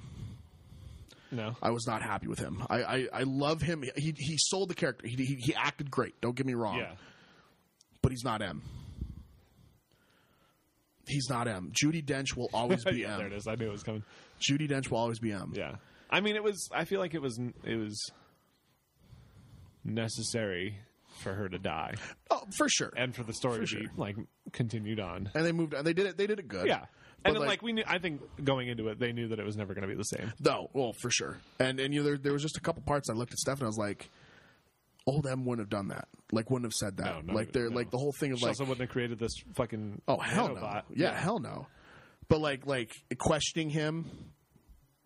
Speaker 1: No,
Speaker 2: I was not happy with him. I I, I love him. He he sold the character. He, he he acted great. Don't get me wrong.
Speaker 1: yeah.
Speaker 2: but he's not M. He's not M. Judy Dench will always be
Speaker 1: yeah, there it
Speaker 2: M.
Speaker 1: is. I knew it was coming.
Speaker 2: Judy Dench will always be M.
Speaker 1: Yeah, I mean, it was. I feel like it was. It was necessary for her to die
Speaker 2: Oh, for sure.
Speaker 1: and for the story to be like continued on.
Speaker 2: And they moved. And they did it. They did it good.
Speaker 1: Yeah,
Speaker 2: But,
Speaker 1: and then,
Speaker 2: like-
Speaker 1: like, we knew. I think going into it, they knew that it was never going to be the same.
Speaker 2: No. Well, for sure. And and you know, there there was just a couple parts I looked at stuff and I was like, old M wouldn't have done that. Like wouldn't have said that.
Speaker 1: No, no,
Speaker 2: like they're
Speaker 1: no.
Speaker 2: like the whole thing of
Speaker 1: She
Speaker 2: like
Speaker 1: also wouldn't have created this fucking.
Speaker 2: Oh hell no!
Speaker 1: nanobot.
Speaker 2: Yeah, hell no. But like like questioning him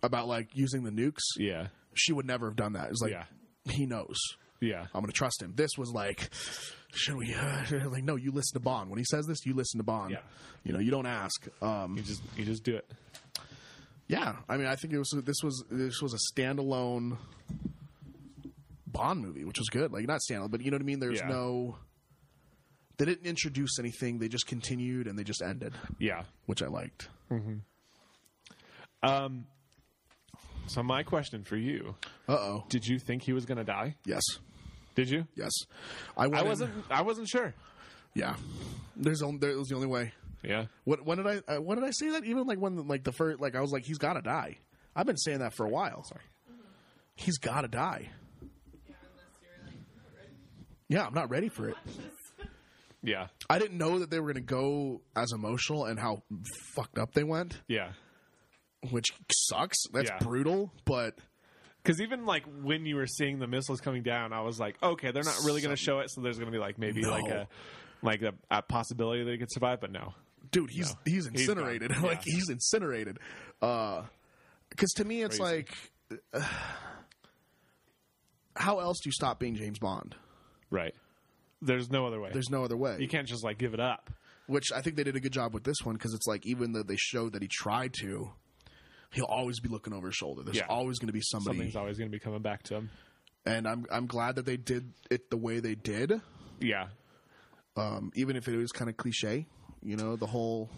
Speaker 2: about like using the nukes,
Speaker 1: yeah,
Speaker 2: she would never have done that. It's like
Speaker 1: Yeah.
Speaker 2: he knows.
Speaker 1: yeah.
Speaker 2: I'm gonna trust him. This was like, should we? uh, like no, you listen to Bond when he says this. You listen to Bond.
Speaker 1: Yeah.
Speaker 2: You know you don't ask. Um,
Speaker 1: You just you just do it.
Speaker 2: yeah, I mean I think it was this was this was a standalone Bond movie, which was good. Like not standalone, but you know what I mean. There's
Speaker 1: Yeah.
Speaker 2: no. They didn't introduce anything. They just continued and they just ended,
Speaker 1: Yeah.
Speaker 2: which I liked.
Speaker 1: So my question for you:
Speaker 2: Uh oh.
Speaker 1: Did you think he was going to die?
Speaker 2: Yes.
Speaker 1: Did you?
Speaker 2: Yes. I,
Speaker 1: I
Speaker 2: went in-
Speaker 1: wasn't. I wasn't sure.
Speaker 2: yeah. There's only there was the only way.
Speaker 1: Yeah.
Speaker 2: What when did I uh, when did I say that? Even like when like the first like I was like he's got to die. I've been saying that for a while. Sorry. He's got to die.
Speaker 4: Yeah, unless you're like, not ready
Speaker 2: Yeah, I'm not ready for it.
Speaker 4: for this.
Speaker 1: Yeah.
Speaker 2: I didn't know that they were going to go as emotional and how fucked up they went,
Speaker 1: Yeah.
Speaker 2: which sucks. That's
Speaker 1: Yeah.
Speaker 2: brutal, but
Speaker 1: Because even like when you were seeing the missiles coming down, I was like, okay, they're not really going to show it, so there's going to be like maybe
Speaker 2: No.
Speaker 1: like a like a, a possibility that he could survive, but no.
Speaker 2: dude, he's
Speaker 1: He's
Speaker 2: he's
Speaker 1: gone.
Speaker 2: incinerated.
Speaker 1: Yeah.
Speaker 2: like he's incinerated. Uh 'cause cuz to me it's
Speaker 1: Crazy.
Speaker 2: like uh, how else do you stop being James Bond?
Speaker 1: Right. There's no other way.
Speaker 2: There's no other way.
Speaker 1: you can't just like give it up.
Speaker 2: Which I think they did a good job with this one because it's like even though they showed that he tried to, he'll always be looking over his shoulder. There's
Speaker 1: Yeah.
Speaker 2: always going to be somebody,
Speaker 1: Something's always going to be coming back to him.
Speaker 2: and I'm I'm glad that they did it the way they did,
Speaker 1: Yeah.
Speaker 2: um, even if it was kind of cliche. You know, the whole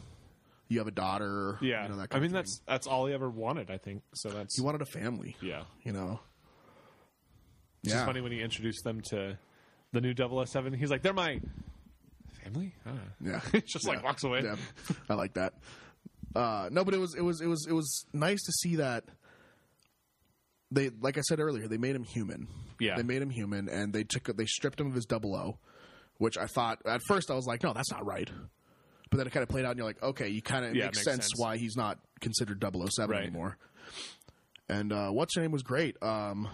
Speaker 2: you have a daughter.
Speaker 1: Yeah.
Speaker 2: you know, that
Speaker 1: I
Speaker 2: kind
Speaker 1: mean,
Speaker 2: of
Speaker 1: that's
Speaker 2: thing.
Speaker 1: that's all he ever wanted, I think. So that's
Speaker 2: he wanted a family.
Speaker 1: yeah.
Speaker 2: you know.
Speaker 1: It's just funny when he introduced them to the new 007. He's like, they're my family. Ah.
Speaker 2: Yeah,
Speaker 1: Just, like, walks away.
Speaker 2: I like that. Uh, no, but it was it was it was it was nice to see that they like I said earlier they made him human.
Speaker 1: Yeah.
Speaker 2: they made him human, and they took they stripped him of his double O, which I thought at first I was like, no, that's not right. But then it kind of played out, and you're like, okay, you kind of
Speaker 1: Yeah, it
Speaker 2: makes,
Speaker 1: makes
Speaker 2: sense,
Speaker 1: sense.
Speaker 2: why he's not considered 007
Speaker 1: Right.
Speaker 2: anymore. And uh, what's her name was great. Um,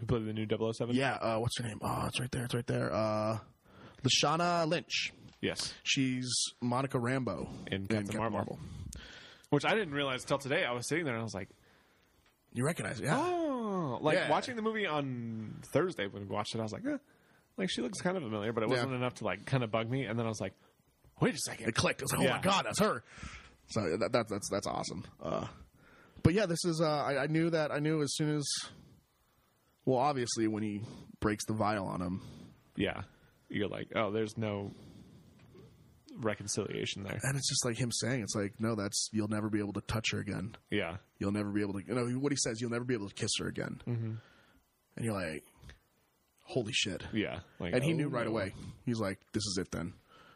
Speaker 1: Who played the new 007?
Speaker 2: yeah, uh, what's her name? Oh, it's right there. It's right there. Uh, Lashana Lynch.
Speaker 1: Yes.
Speaker 2: She's Monica Rambo
Speaker 1: In Captain Marvel. Which I didn't realize till today. I was sitting there and I was like,
Speaker 2: You recognize, it, yeah.
Speaker 1: Oh, like
Speaker 2: Yeah.
Speaker 1: watching the movie on Thursday when we watched it, I was like, eh, like she looks kind of familiar, but it
Speaker 2: Yeah.
Speaker 1: wasn't enough to like kind of bug me. And then I was like, wait a second,
Speaker 2: It clicked. It was like, oh my
Speaker 1: Yeah.
Speaker 2: god, that's her. So that, that, that's that's awesome. Uh, but yeah, this is. Uh, I, I knew that. I knew as soon as. Well, obviously, when he breaks the vial on him,
Speaker 1: yeah, you're like, oh, there's no reconciliation there.
Speaker 2: and it's just like him saying, "It's like, no, that's you'll never be able to touch her again.
Speaker 1: Yeah,
Speaker 2: You'll never be able to. You know what he says? You'll never be able to kiss her again." Mm-hmm. And you're like, "Holy shit!"
Speaker 1: yeah, like,
Speaker 2: And he
Speaker 1: oh,
Speaker 2: knew right
Speaker 1: no.
Speaker 2: away. He's like, "This is it. Then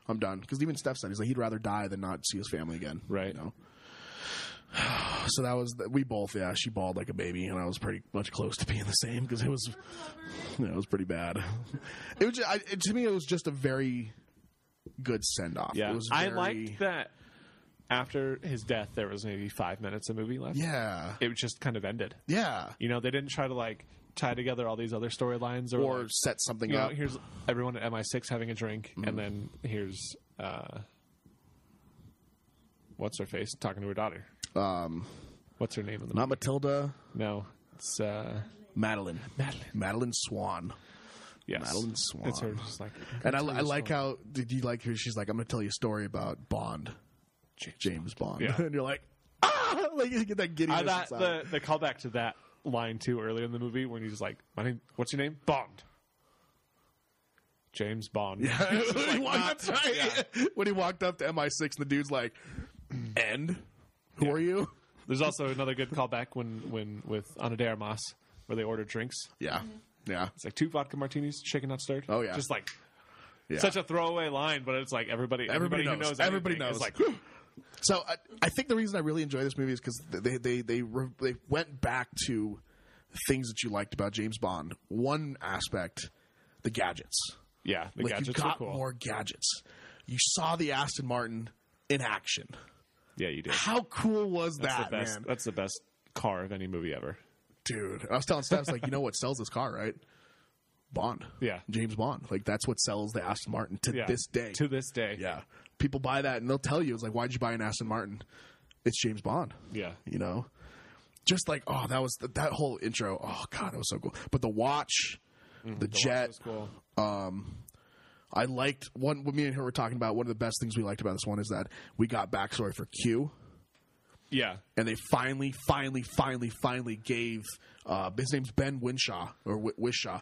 Speaker 2: I'm done." Because even Steph said he's like, he'd rather die than not see his family again.
Speaker 1: Right.
Speaker 2: You know? So that was we both. Yeah, she bawled like a baby, and I was pretty much close to being the same because it was, you know, it was pretty bad. It was ju- I, it, to me, it was just a very good send off.
Speaker 1: Yeah,
Speaker 2: it was
Speaker 1: I
Speaker 2: very-
Speaker 1: liked that. After his death, there was maybe five minutes of movie left.
Speaker 2: Yeah,
Speaker 1: it just kind of ended.
Speaker 2: yeah.
Speaker 1: You know, they didn't try to like tie together all these other storylines or,
Speaker 2: Or
Speaker 1: like,
Speaker 2: set something
Speaker 1: you know,
Speaker 2: up.
Speaker 1: here's everyone at MI6 having a drink,
Speaker 2: Mm-hmm.
Speaker 1: and then here's uh, what's her face talking to her daughter. Um, what's her name in the
Speaker 2: Not Matilda,
Speaker 1: no? It's uh,
Speaker 2: Madeline, Madeline, Madeline Swan.
Speaker 1: yes,
Speaker 2: Madeline Swan.
Speaker 1: It's her, just like, Uh,
Speaker 2: And I, I like how did you like her? She's like, I'm going to tell you a story about Bond. James Bond,
Speaker 1: Yeah.
Speaker 2: and you're like, ah, like you get that giddiness.
Speaker 1: I thought
Speaker 2: inside.
Speaker 1: the, the callback to that line too earlier in the movie when he's like, "My name, what's your name? Bond, James Bond." It's
Speaker 2: when,
Speaker 1: just
Speaker 2: he
Speaker 1: like,
Speaker 2: walked,
Speaker 1: not-
Speaker 2: that's right. when he walked up to MI6, and the dude's like, "And who are you?"
Speaker 1: There's also another good callback when when with Ana de Armas where they order drinks.
Speaker 2: Yeah, yeah,
Speaker 1: It's like two vodka martinis, shaken not stirred.
Speaker 2: Oh, yeah.
Speaker 1: just like
Speaker 2: yeah.
Speaker 1: such a throwaway line, but it's like everybody everybody, who knows
Speaker 2: everybody
Speaker 1: anything
Speaker 2: knows.
Speaker 1: is like
Speaker 2: so I, I think the reason I really enjoy this movie is because they they they re- they went back to things that you liked about James Bond. One aspect, the gadgets.
Speaker 1: yeah, the
Speaker 2: like you
Speaker 1: gadgets are
Speaker 2: got
Speaker 1: cool.
Speaker 2: more gadgets. You saw the Aston Martin in action.
Speaker 1: Yeah, you did.
Speaker 2: How cool was
Speaker 1: That's
Speaker 2: that,
Speaker 1: the best.
Speaker 2: Ah, man?
Speaker 1: That's the best car of any movie ever.
Speaker 2: dude. I was telling Steph, I was like, you know what sells this car, right? Bond.
Speaker 1: Yeah.
Speaker 2: James Bond. Like that's what sells the Aston Martin to
Speaker 1: Yeah,
Speaker 2: this day.
Speaker 1: to this day.
Speaker 2: yeah. People buy that and they'll tell you, it's like, why'd you buy an Aston Martin? It's James Bond.
Speaker 1: yeah.
Speaker 2: You know? Just like, oh, that was that whole intro. Oh god, that was so cool. But the watch, the,
Speaker 1: Mm-hmm. The watch
Speaker 2: jet,
Speaker 1: was cool.
Speaker 2: I liked one. What me and her were talking about. One of the best things we liked about this one is that we got backstory for Q,
Speaker 1: Yeah,
Speaker 2: and they finally, finally, finally, finally gave uh, his name's Ben Winshaw or w- Wishaw,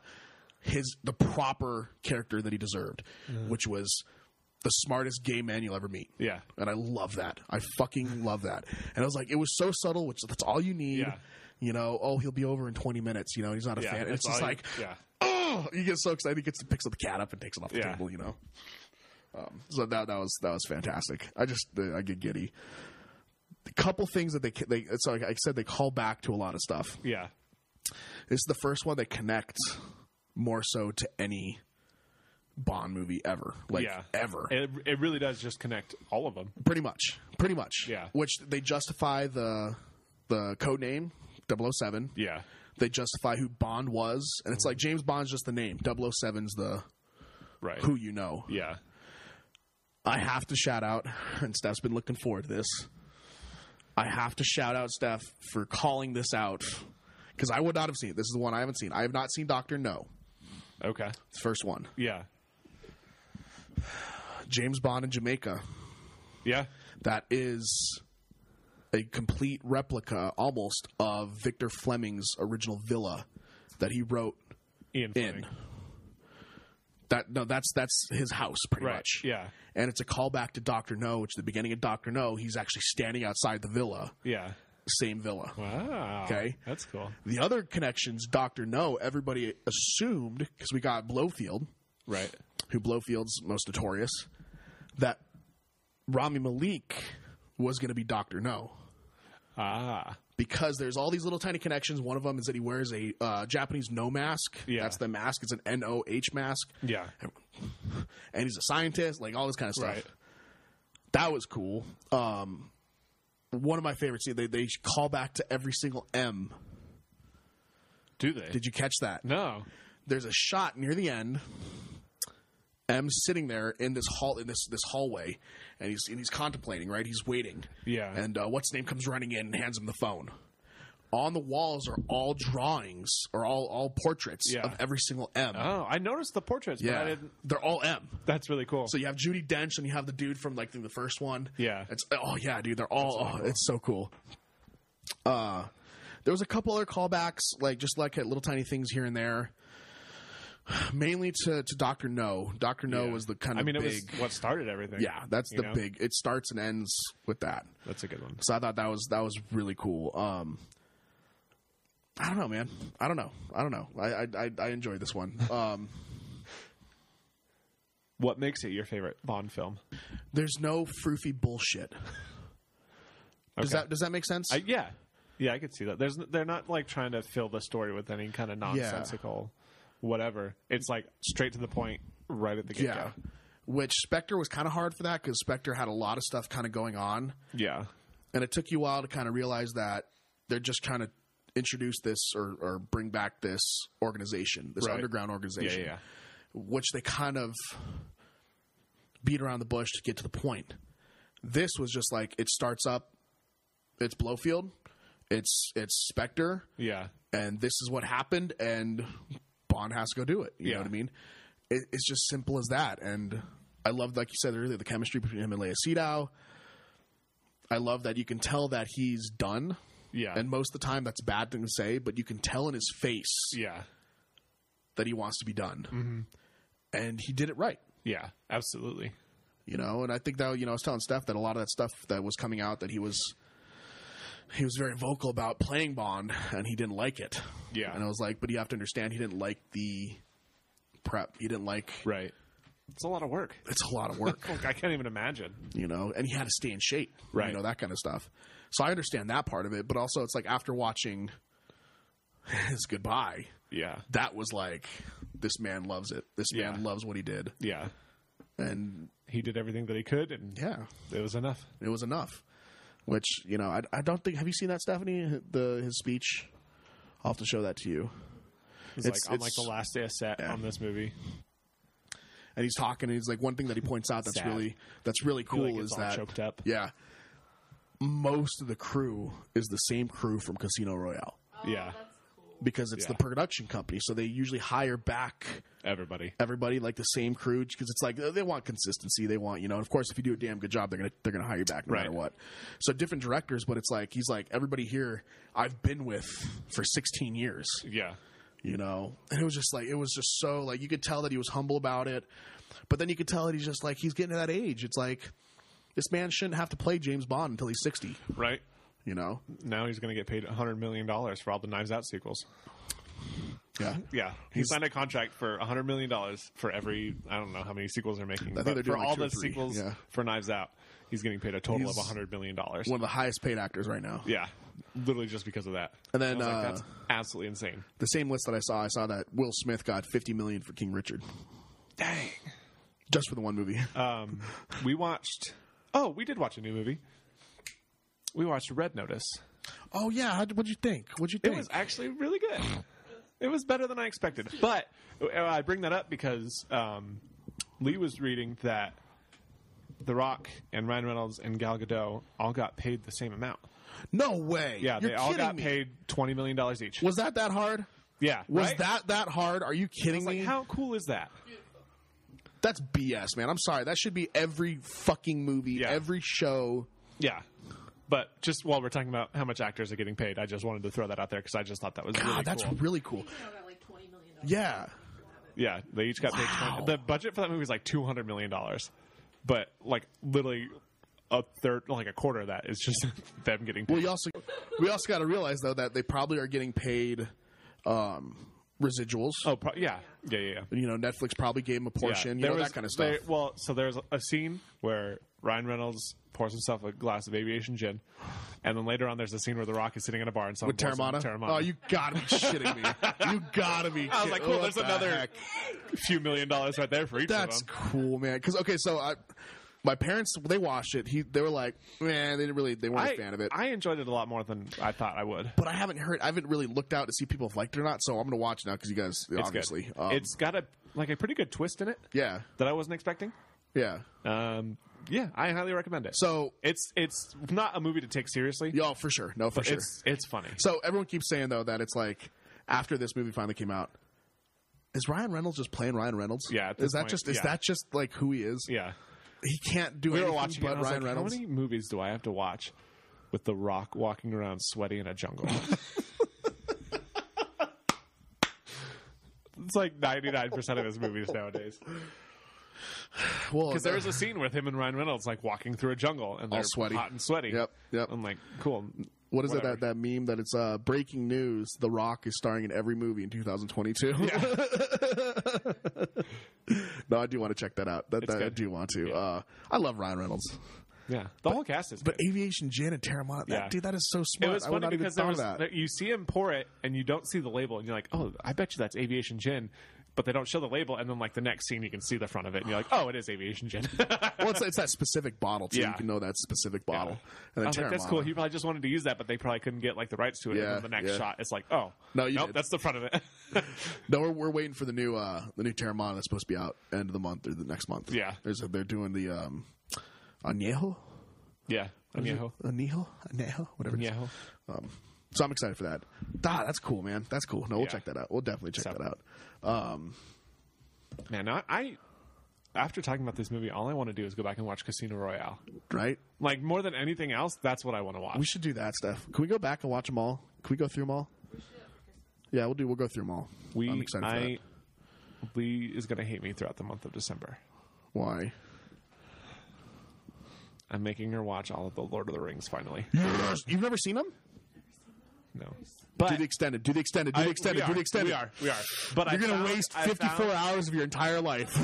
Speaker 2: his the proper character that he deserved, which was the smartest gay man you'll ever meet.
Speaker 1: yeah.
Speaker 2: And I love that. I fucking love that. And I was like, it was so subtle, which that's all you need.
Speaker 1: Yeah.
Speaker 2: You know, oh, he'll be over in twenty minutes. You know, he's not a
Speaker 1: Yeah,
Speaker 2: fan.
Speaker 1: that's
Speaker 2: It's just
Speaker 1: all you-
Speaker 2: like,
Speaker 1: yeah,
Speaker 2: oh, he gets so excited. He gets to picks up the cat up and takes it off the
Speaker 1: Yeah.
Speaker 2: table. You know, um, so that that was that was fantastic. I just uh, I get giddy. A couple things that they ca- they so like I said they call back to a lot of stuff.
Speaker 1: yeah,
Speaker 2: This is the first one that connects more so to any Bond movie ever, like
Speaker 1: yeah.
Speaker 2: ever,
Speaker 1: It, it really does just connect all of them.
Speaker 2: pretty much, pretty much.
Speaker 1: Yeah.
Speaker 2: which they justify the the code name 007.
Speaker 1: Yeah,
Speaker 2: They justify who Bond was, and it's like James Bond's just the name. 007's the
Speaker 1: right.
Speaker 2: who you know.
Speaker 1: Yeah,
Speaker 2: I have to shout out, and Steph's been looking forward to this. I have to shout out Steph for calling this out because I would not have seen it. This is the one I haven't seen. I have not seen Doctor No.
Speaker 1: okay.
Speaker 2: It's the first one.
Speaker 1: Yeah,
Speaker 2: James Bond in Jamaica.
Speaker 1: yeah,
Speaker 2: That is a complete replica, almost, of Victor Fleming's original villa that he wrote
Speaker 1: Ian
Speaker 2: in.
Speaker 1: Fleming.
Speaker 2: That no, that's that's his house pretty
Speaker 1: Right.
Speaker 2: much.
Speaker 1: Yeah,
Speaker 2: and it's a callback to Doctor No, which at the beginning of Doctor No, he's actually standing outside the villa,
Speaker 1: yeah.
Speaker 2: same villa.
Speaker 1: Wow.
Speaker 2: Okay.
Speaker 1: that's cool.
Speaker 2: The other connections, Doctor No, everybody assumed because we got Blowfield,
Speaker 1: Right.
Speaker 2: who Blowfield's most notorious, that Rami Malik was going to be Doctor No
Speaker 1: Ah,
Speaker 2: because there's all these little tiny connections. One of them is that he wears a uh, Japanese no mask.
Speaker 1: Yeah.
Speaker 2: That's the mask. It's an N O H mask,
Speaker 1: yeah,
Speaker 2: and he's a scientist, like all this kind of stuff.
Speaker 1: right.
Speaker 2: That was cool. Um, one of my favorites. They they call back to every single M.
Speaker 1: Do they?
Speaker 2: Did you catch that?
Speaker 1: No.
Speaker 2: there's a shot near the end. M's sitting there in this hall in this this hallway, and he's and he's contemplating. Right, he's waiting.
Speaker 1: Yeah.
Speaker 2: And uh, what's name comes running in and hands him the phone. On the walls are all drawings or all all portraits
Speaker 1: Yeah.
Speaker 2: of every single M.
Speaker 1: Oh, I noticed the portraits, but I
Speaker 2: yeah,
Speaker 1: didn't.
Speaker 2: they're all M.
Speaker 1: That's really cool.
Speaker 2: So you have Judy Dench and you have the dude from like the first one.
Speaker 1: Yeah.
Speaker 2: It's oh yeah, dude, they're all oh, it's so cool. Uh there was a couple other callbacks, like just like at little tiny things here and there. Mainly to, to Doctor No. Doctor No was the kind
Speaker 1: I
Speaker 2: of
Speaker 1: mean, it
Speaker 2: big
Speaker 1: was what started everything.
Speaker 2: Yeah, that's
Speaker 1: you
Speaker 2: the
Speaker 1: know?
Speaker 2: big it starts and ends with that.
Speaker 1: That's a good one.
Speaker 2: So I thought that was that was really cool. Um I don't know, man. I don't know. I don't know. I I I, I enjoyed this one. Um
Speaker 1: What makes it your favorite Bond film?
Speaker 2: there's no froofy bullshit. Does
Speaker 1: Okay.
Speaker 2: that does that make sense?
Speaker 1: I, yeah, yeah, I could see that. There's n- they're not like trying to fill the story with any kind of nonsensical, whatever. It's like straight to the point, right at the get
Speaker 2: Yeah.
Speaker 1: go.
Speaker 2: Which Spectre was kind of hard for that because Spectre had a lot of stuff kind of going on.
Speaker 1: Yeah,
Speaker 2: And it took you a while to kind of realize that they're just trying to introduce this or, or bring back this organization, this
Speaker 1: Right.
Speaker 2: underground
Speaker 1: yeah, yeah,
Speaker 2: organization,
Speaker 1: yeah.
Speaker 2: which they kind of beat around the bush to get to the point. This was just like it starts up, it's Blowfield, it's it's Spectre,
Speaker 1: yeah.
Speaker 2: and this is what happened, and Bond has to go do it. You
Speaker 1: Yeah.
Speaker 2: know what I mean? It, it's just simple as that. And I loved, like you said earlier, the chemistry between him and Leia Seydow. I love that you can tell that he's done.
Speaker 1: Yeah.
Speaker 2: And most of the time, that's a bad thing to say, but you can tell in his face
Speaker 1: yeah. Mm-hmm.
Speaker 2: that he wants to be done. And he did it right,
Speaker 1: Yeah. Absolutely.
Speaker 2: you know. And I think that you know, I was telling Steph that a lot of that stuff that was coming out that he was he was very vocal about playing Bond, and he didn't like it.
Speaker 1: Yeah.
Speaker 2: And I was like, but you have to understand, he didn't like the prep. He didn't like.
Speaker 1: Right. It's a lot of work.
Speaker 2: It's a lot of work.
Speaker 1: Look, I can't even imagine.
Speaker 2: you know, and he had to stay in shape,
Speaker 1: Right.
Speaker 2: You know that kind of stuff. So I understand that part of it, but also it's like after watching his goodbye,
Speaker 1: Yeah.
Speaker 2: that was like this man loves it. This man
Speaker 1: Yeah.
Speaker 2: loves what he did,
Speaker 1: Yeah.
Speaker 2: and
Speaker 1: He did everything that he could, and
Speaker 2: yeah,
Speaker 1: it was enough.
Speaker 2: it was enough. Which you know, I, I don't think. Have you seen that Stephanie? The his speech. I'll have to show that to you.
Speaker 1: It's,
Speaker 2: It's-
Speaker 1: like on like
Speaker 2: it's-
Speaker 1: the last day of set
Speaker 2: Yeah.
Speaker 1: on this movie.
Speaker 2: And he's talking, and he's like one thing that he points out that's
Speaker 1: Sad.
Speaker 2: really that's really
Speaker 1: He,
Speaker 2: cool
Speaker 1: like,
Speaker 2: is
Speaker 1: gets all
Speaker 2: that
Speaker 1: choked up.
Speaker 2: yeah, most of the crew is the same crew from Casino Royale.
Speaker 4: Oh,
Speaker 1: Yeah.
Speaker 4: That's cool.
Speaker 2: because it's the
Speaker 1: Yeah.
Speaker 2: production company. So they usually hire back
Speaker 1: Everybody.
Speaker 2: everybody like the same crew because it's like uh, they want consistency. They want you know. and Of course, if you do a damn good job, they're gonna they're gonna hire you back no matter
Speaker 1: Right.
Speaker 2: what. So different directors, but it's like he's like everybody here I've been with for 16 years,
Speaker 1: Yeah.
Speaker 2: you know. And it was just like it was just so like you could tell that he was humble about it, but then you could tell that he's just like he's getting to that age. It's like this man shouldn't have to play James Bond until he's 60,
Speaker 1: Right.
Speaker 2: you know.
Speaker 1: Now he's going to get paid $100 million for all the Knives Out sequels.
Speaker 2: Yeah.
Speaker 1: Yeah. He
Speaker 2: He's-
Speaker 1: signed a contract for $100 million for every, I don't know how many sequels they're making.
Speaker 2: think
Speaker 1: but
Speaker 2: they're
Speaker 1: for
Speaker 2: doing like
Speaker 1: all
Speaker 2: two or
Speaker 1: the
Speaker 2: three,
Speaker 1: sequels
Speaker 2: yeah.
Speaker 1: for Knives Out, he's getting paid a total of
Speaker 2: He's-
Speaker 1: $100 million.
Speaker 2: One of the highest paid actors right now.
Speaker 1: Yeah. Literally just because of that.
Speaker 2: And then,
Speaker 1: I was like,
Speaker 2: uh,
Speaker 1: that's absolutely insane.
Speaker 2: the same list that I saw, I saw that Will Smith got fifty million for King Richard. Dang. Just for the one movie.
Speaker 1: Um, we watched, oh, we did watch a new movie. We watched Red Notice.
Speaker 2: oh yeah, How'd, what'd you think? What'd you
Speaker 1: It
Speaker 2: think?
Speaker 1: was actually really good. It was better than I expected. But uh, I bring that up because um, Lee was reading that The Rock and Ryan Reynolds and Gal Gadot all got paid the same amount.
Speaker 2: no way.
Speaker 1: Yeah,
Speaker 2: You're
Speaker 1: they all
Speaker 2: kidding
Speaker 1: got
Speaker 2: me.
Speaker 1: paid twenty million dollars each.
Speaker 2: Was that that hard?
Speaker 1: yeah,
Speaker 2: Was
Speaker 1: right?
Speaker 2: that that hard? Are you kidding
Speaker 1: It's like
Speaker 2: me?
Speaker 1: how cool is that?
Speaker 2: That's BS, man. I'm sorry. That should be every fucking movie,
Speaker 1: Yeah.
Speaker 2: every show.
Speaker 1: Yeah. But just while we're talking about how much actors are getting paid, I just wanted to throw that out there because I just thought that was
Speaker 2: God,
Speaker 1: really
Speaker 2: that's
Speaker 1: cool.
Speaker 2: really cool.
Speaker 5: You know, about like twenty million dollars.
Speaker 2: Yeah.
Speaker 1: Yeah, they each got paid.
Speaker 2: Wow.
Speaker 1: 20, the budget for that movie is like two hundred million dollars, but like literally a third, like a quarter of that is just them getting paid.
Speaker 2: Well, you also we also got to realize though that they probably are getting paid um, residuals.
Speaker 1: oh, pro- yeah, yeah, yeah. yeah.
Speaker 2: You know, Netflix probably gave them a portion.
Speaker 1: There
Speaker 2: You know
Speaker 1: was-
Speaker 2: that kind of stuff.
Speaker 1: there- well, so there's a scene where Ryan Reynolds pours himself a glass of aviation gin, and then later on there's a scene where The Rock is sitting in a bar and someone
Speaker 2: With
Speaker 1: pours him
Speaker 2: Terramana?
Speaker 1: Terramana.
Speaker 2: Oh, you gotta be shitting me. You gotta be.
Speaker 1: I was
Speaker 2: kid-
Speaker 1: like, cool.
Speaker 2: what
Speaker 1: there's
Speaker 2: the
Speaker 1: another
Speaker 2: heck?
Speaker 1: few million dollars right there for each
Speaker 2: That's
Speaker 1: of them.
Speaker 2: cool, man. Because okay, so I, my parents they watched it. He, they were like, man, they didn't really, they weren't a
Speaker 1: I,
Speaker 2: fan of it.
Speaker 1: I enjoyed it a lot more than I thought I would.
Speaker 2: but I haven't heard, I haven't really looked out to see people have liked it or not. So I'm gonna watch now because you guys
Speaker 1: It's
Speaker 2: obviously,
Speaker 1: good.
Speaker 2: um,
Speaker 1: it's got a like a pretty good twist in it
Speaker 2: yeah,
Speaker 1: that I wasn't expecting.
Speaker 2: yeah.
Speaker 1: Um, yeah, I highly recommend it.
Speaker 2: So
Speaker 1: it's it's not a movie to take seriously.
Speaker 2: y'all for sure, no for
Speaker 1: but
Speaker 2: sure.
Speaker 1: it's it's funny.
Speaker 2: So everyone keeps saying though that it's like after this movie finally came out. Is Ryan Reynolds just playing Ryan Reynolds?
Speaker 1: Yeah, at this
Speaker 2: Is that
Speaker 1: point,
Speaker 2: just is
Speaker 1: yeah.
Speaker 2: that just like who he is?
Speaker 1: Yeah,
Speaker 2: He can't do
Speaker 1: we were
Speaker 2: anything
Speaker 1: watching. it,
Speaker 2: but
Speaker 1: and I was
Speaker 2: Ryan
Speaker 1: like,
Speaker 2: Reynolds.
Speaker 1: How many movies do I have to watch with The Rock walking around sweaty in a jungle? it's like ninety nine percent of his movies nowadays.
Speaker 2: Well,
Speaker 1: Because there is a scene with him and Ryan Reynolds like walking through a jungle and they're
Speaker 2: sweaty.
Speaker 1: hot and sweaty.
Speaker 2: Yep, yep.
Speaker 1: I'm like, cool.
Speaker 2: what is
Speaker 1: whatever.
Speaker 2: it that that meme that it's uh, breaking news? The Rock is starring in every movie in 2022. no, I do want to check that out. That,
Speaker 1: It's
Speaker 2: that I
Speaker 1: good.
Speaker 2: do want to.
Speaker 1: Yeah.
Speaker 2: Uh, I love Ryan Reynolds,
Speaker 1: Yeah, the whole cast is.
Speaker 2: but
Speaker 1: good.
Speaker 2: Aviation Gin and Terramana, that,
Speaker 1: Yeah.
Speaker 2: dude, that is so
Speaker 1: It
Speaker 2: smart.
Speaker 1: was
Speaker 2: I would
Speaker 1: funny
Speaker 2: not
Speaker 1: because
Speaker 2: even
Speaker 1: there was
Speaker 2: thought of that.
Speaker 1: there- you see him pour it and you don't see the label and you're like, oh, I bet you that's aviation gin, but they don't show the label and then like the next scene you can see the front of it and you're like, oh, it is aviation gin.
Speaker 2: well, it's, it's that specific bottle too. You
Speaker 1: Yeah.
Speaker 2: can know that specific bottle.
Speaker 1: I was like, that's cool.
Speaker 2: Terramana.
Speaker 1: He probably just wanted to use that, but they probably couldn't get like the rights to it.
Speaker 2: Yeah,
Speaker 1: and then the next
Speaker 2: yeah.
Speaker 1: shot, it's like, oh,
Speaker 2: No, you
Speaker 1: nope,
Speaker 2: did.
Speaker 1: that's the front of it.
Speaker 2: No, we're, we're waiting for the new uh the new Terramana that's supposed to be out end of the month or the next month.
Speaker 1: Yeah.
Speaker 2: There's a, they're doing the um añejo,
Speaker 1: yeah, añejo,
Speaker 2: añejo, añejo, whatever. it is.
Speaker 1: añejo.
Speaker 2: So I'm excited for that. Ah, that's cool, man. That's cool. No, we'll
Speaker 1: Yeah.
Speaker 2: check that out. We'll definitely check
Speaker 1: So-
Speaker 2: that out.
Speaker 1: Man, I, I after talking about this movie, all I want to do is go back and watch Casino Royale.
Speaker 2: right?
Speaker 1: Like more than anything else, that's what I want to watch.
Speaker 2: We should do that stuff. Can we go back and watch them all? Can we go through them all? Yeah, we'll do. We'll go through them all.
Speaker 1: we,
Speaker 2: I'm excited for
Speaker 1: I,
Speaker 2: that.
Speaker 1: Lee is going to hate me throughout the month of December.
Speaker 2: Why?
Speaker 1: I'm making her watch all of the Lord of the Rings finally.
Speaker 2: You've never seen them?
Speaker 1: No, but
Speaker 2: do the extended. Do the extended. Do the
Speaker 1: I-
Speaker 2: extended.
Speaker 1: we
Speaker 2: Do
Speaker 1: are,
Speaker 2: the extended.
Speaker 1: We are. We are. But I
Speaker 2: You're gonna
Speaker 1: found-
Speaker 2: waste
Speaker 1: I
Speaker 2: 54
Speaker 1: found-
Speaker 2: hours of your entire life.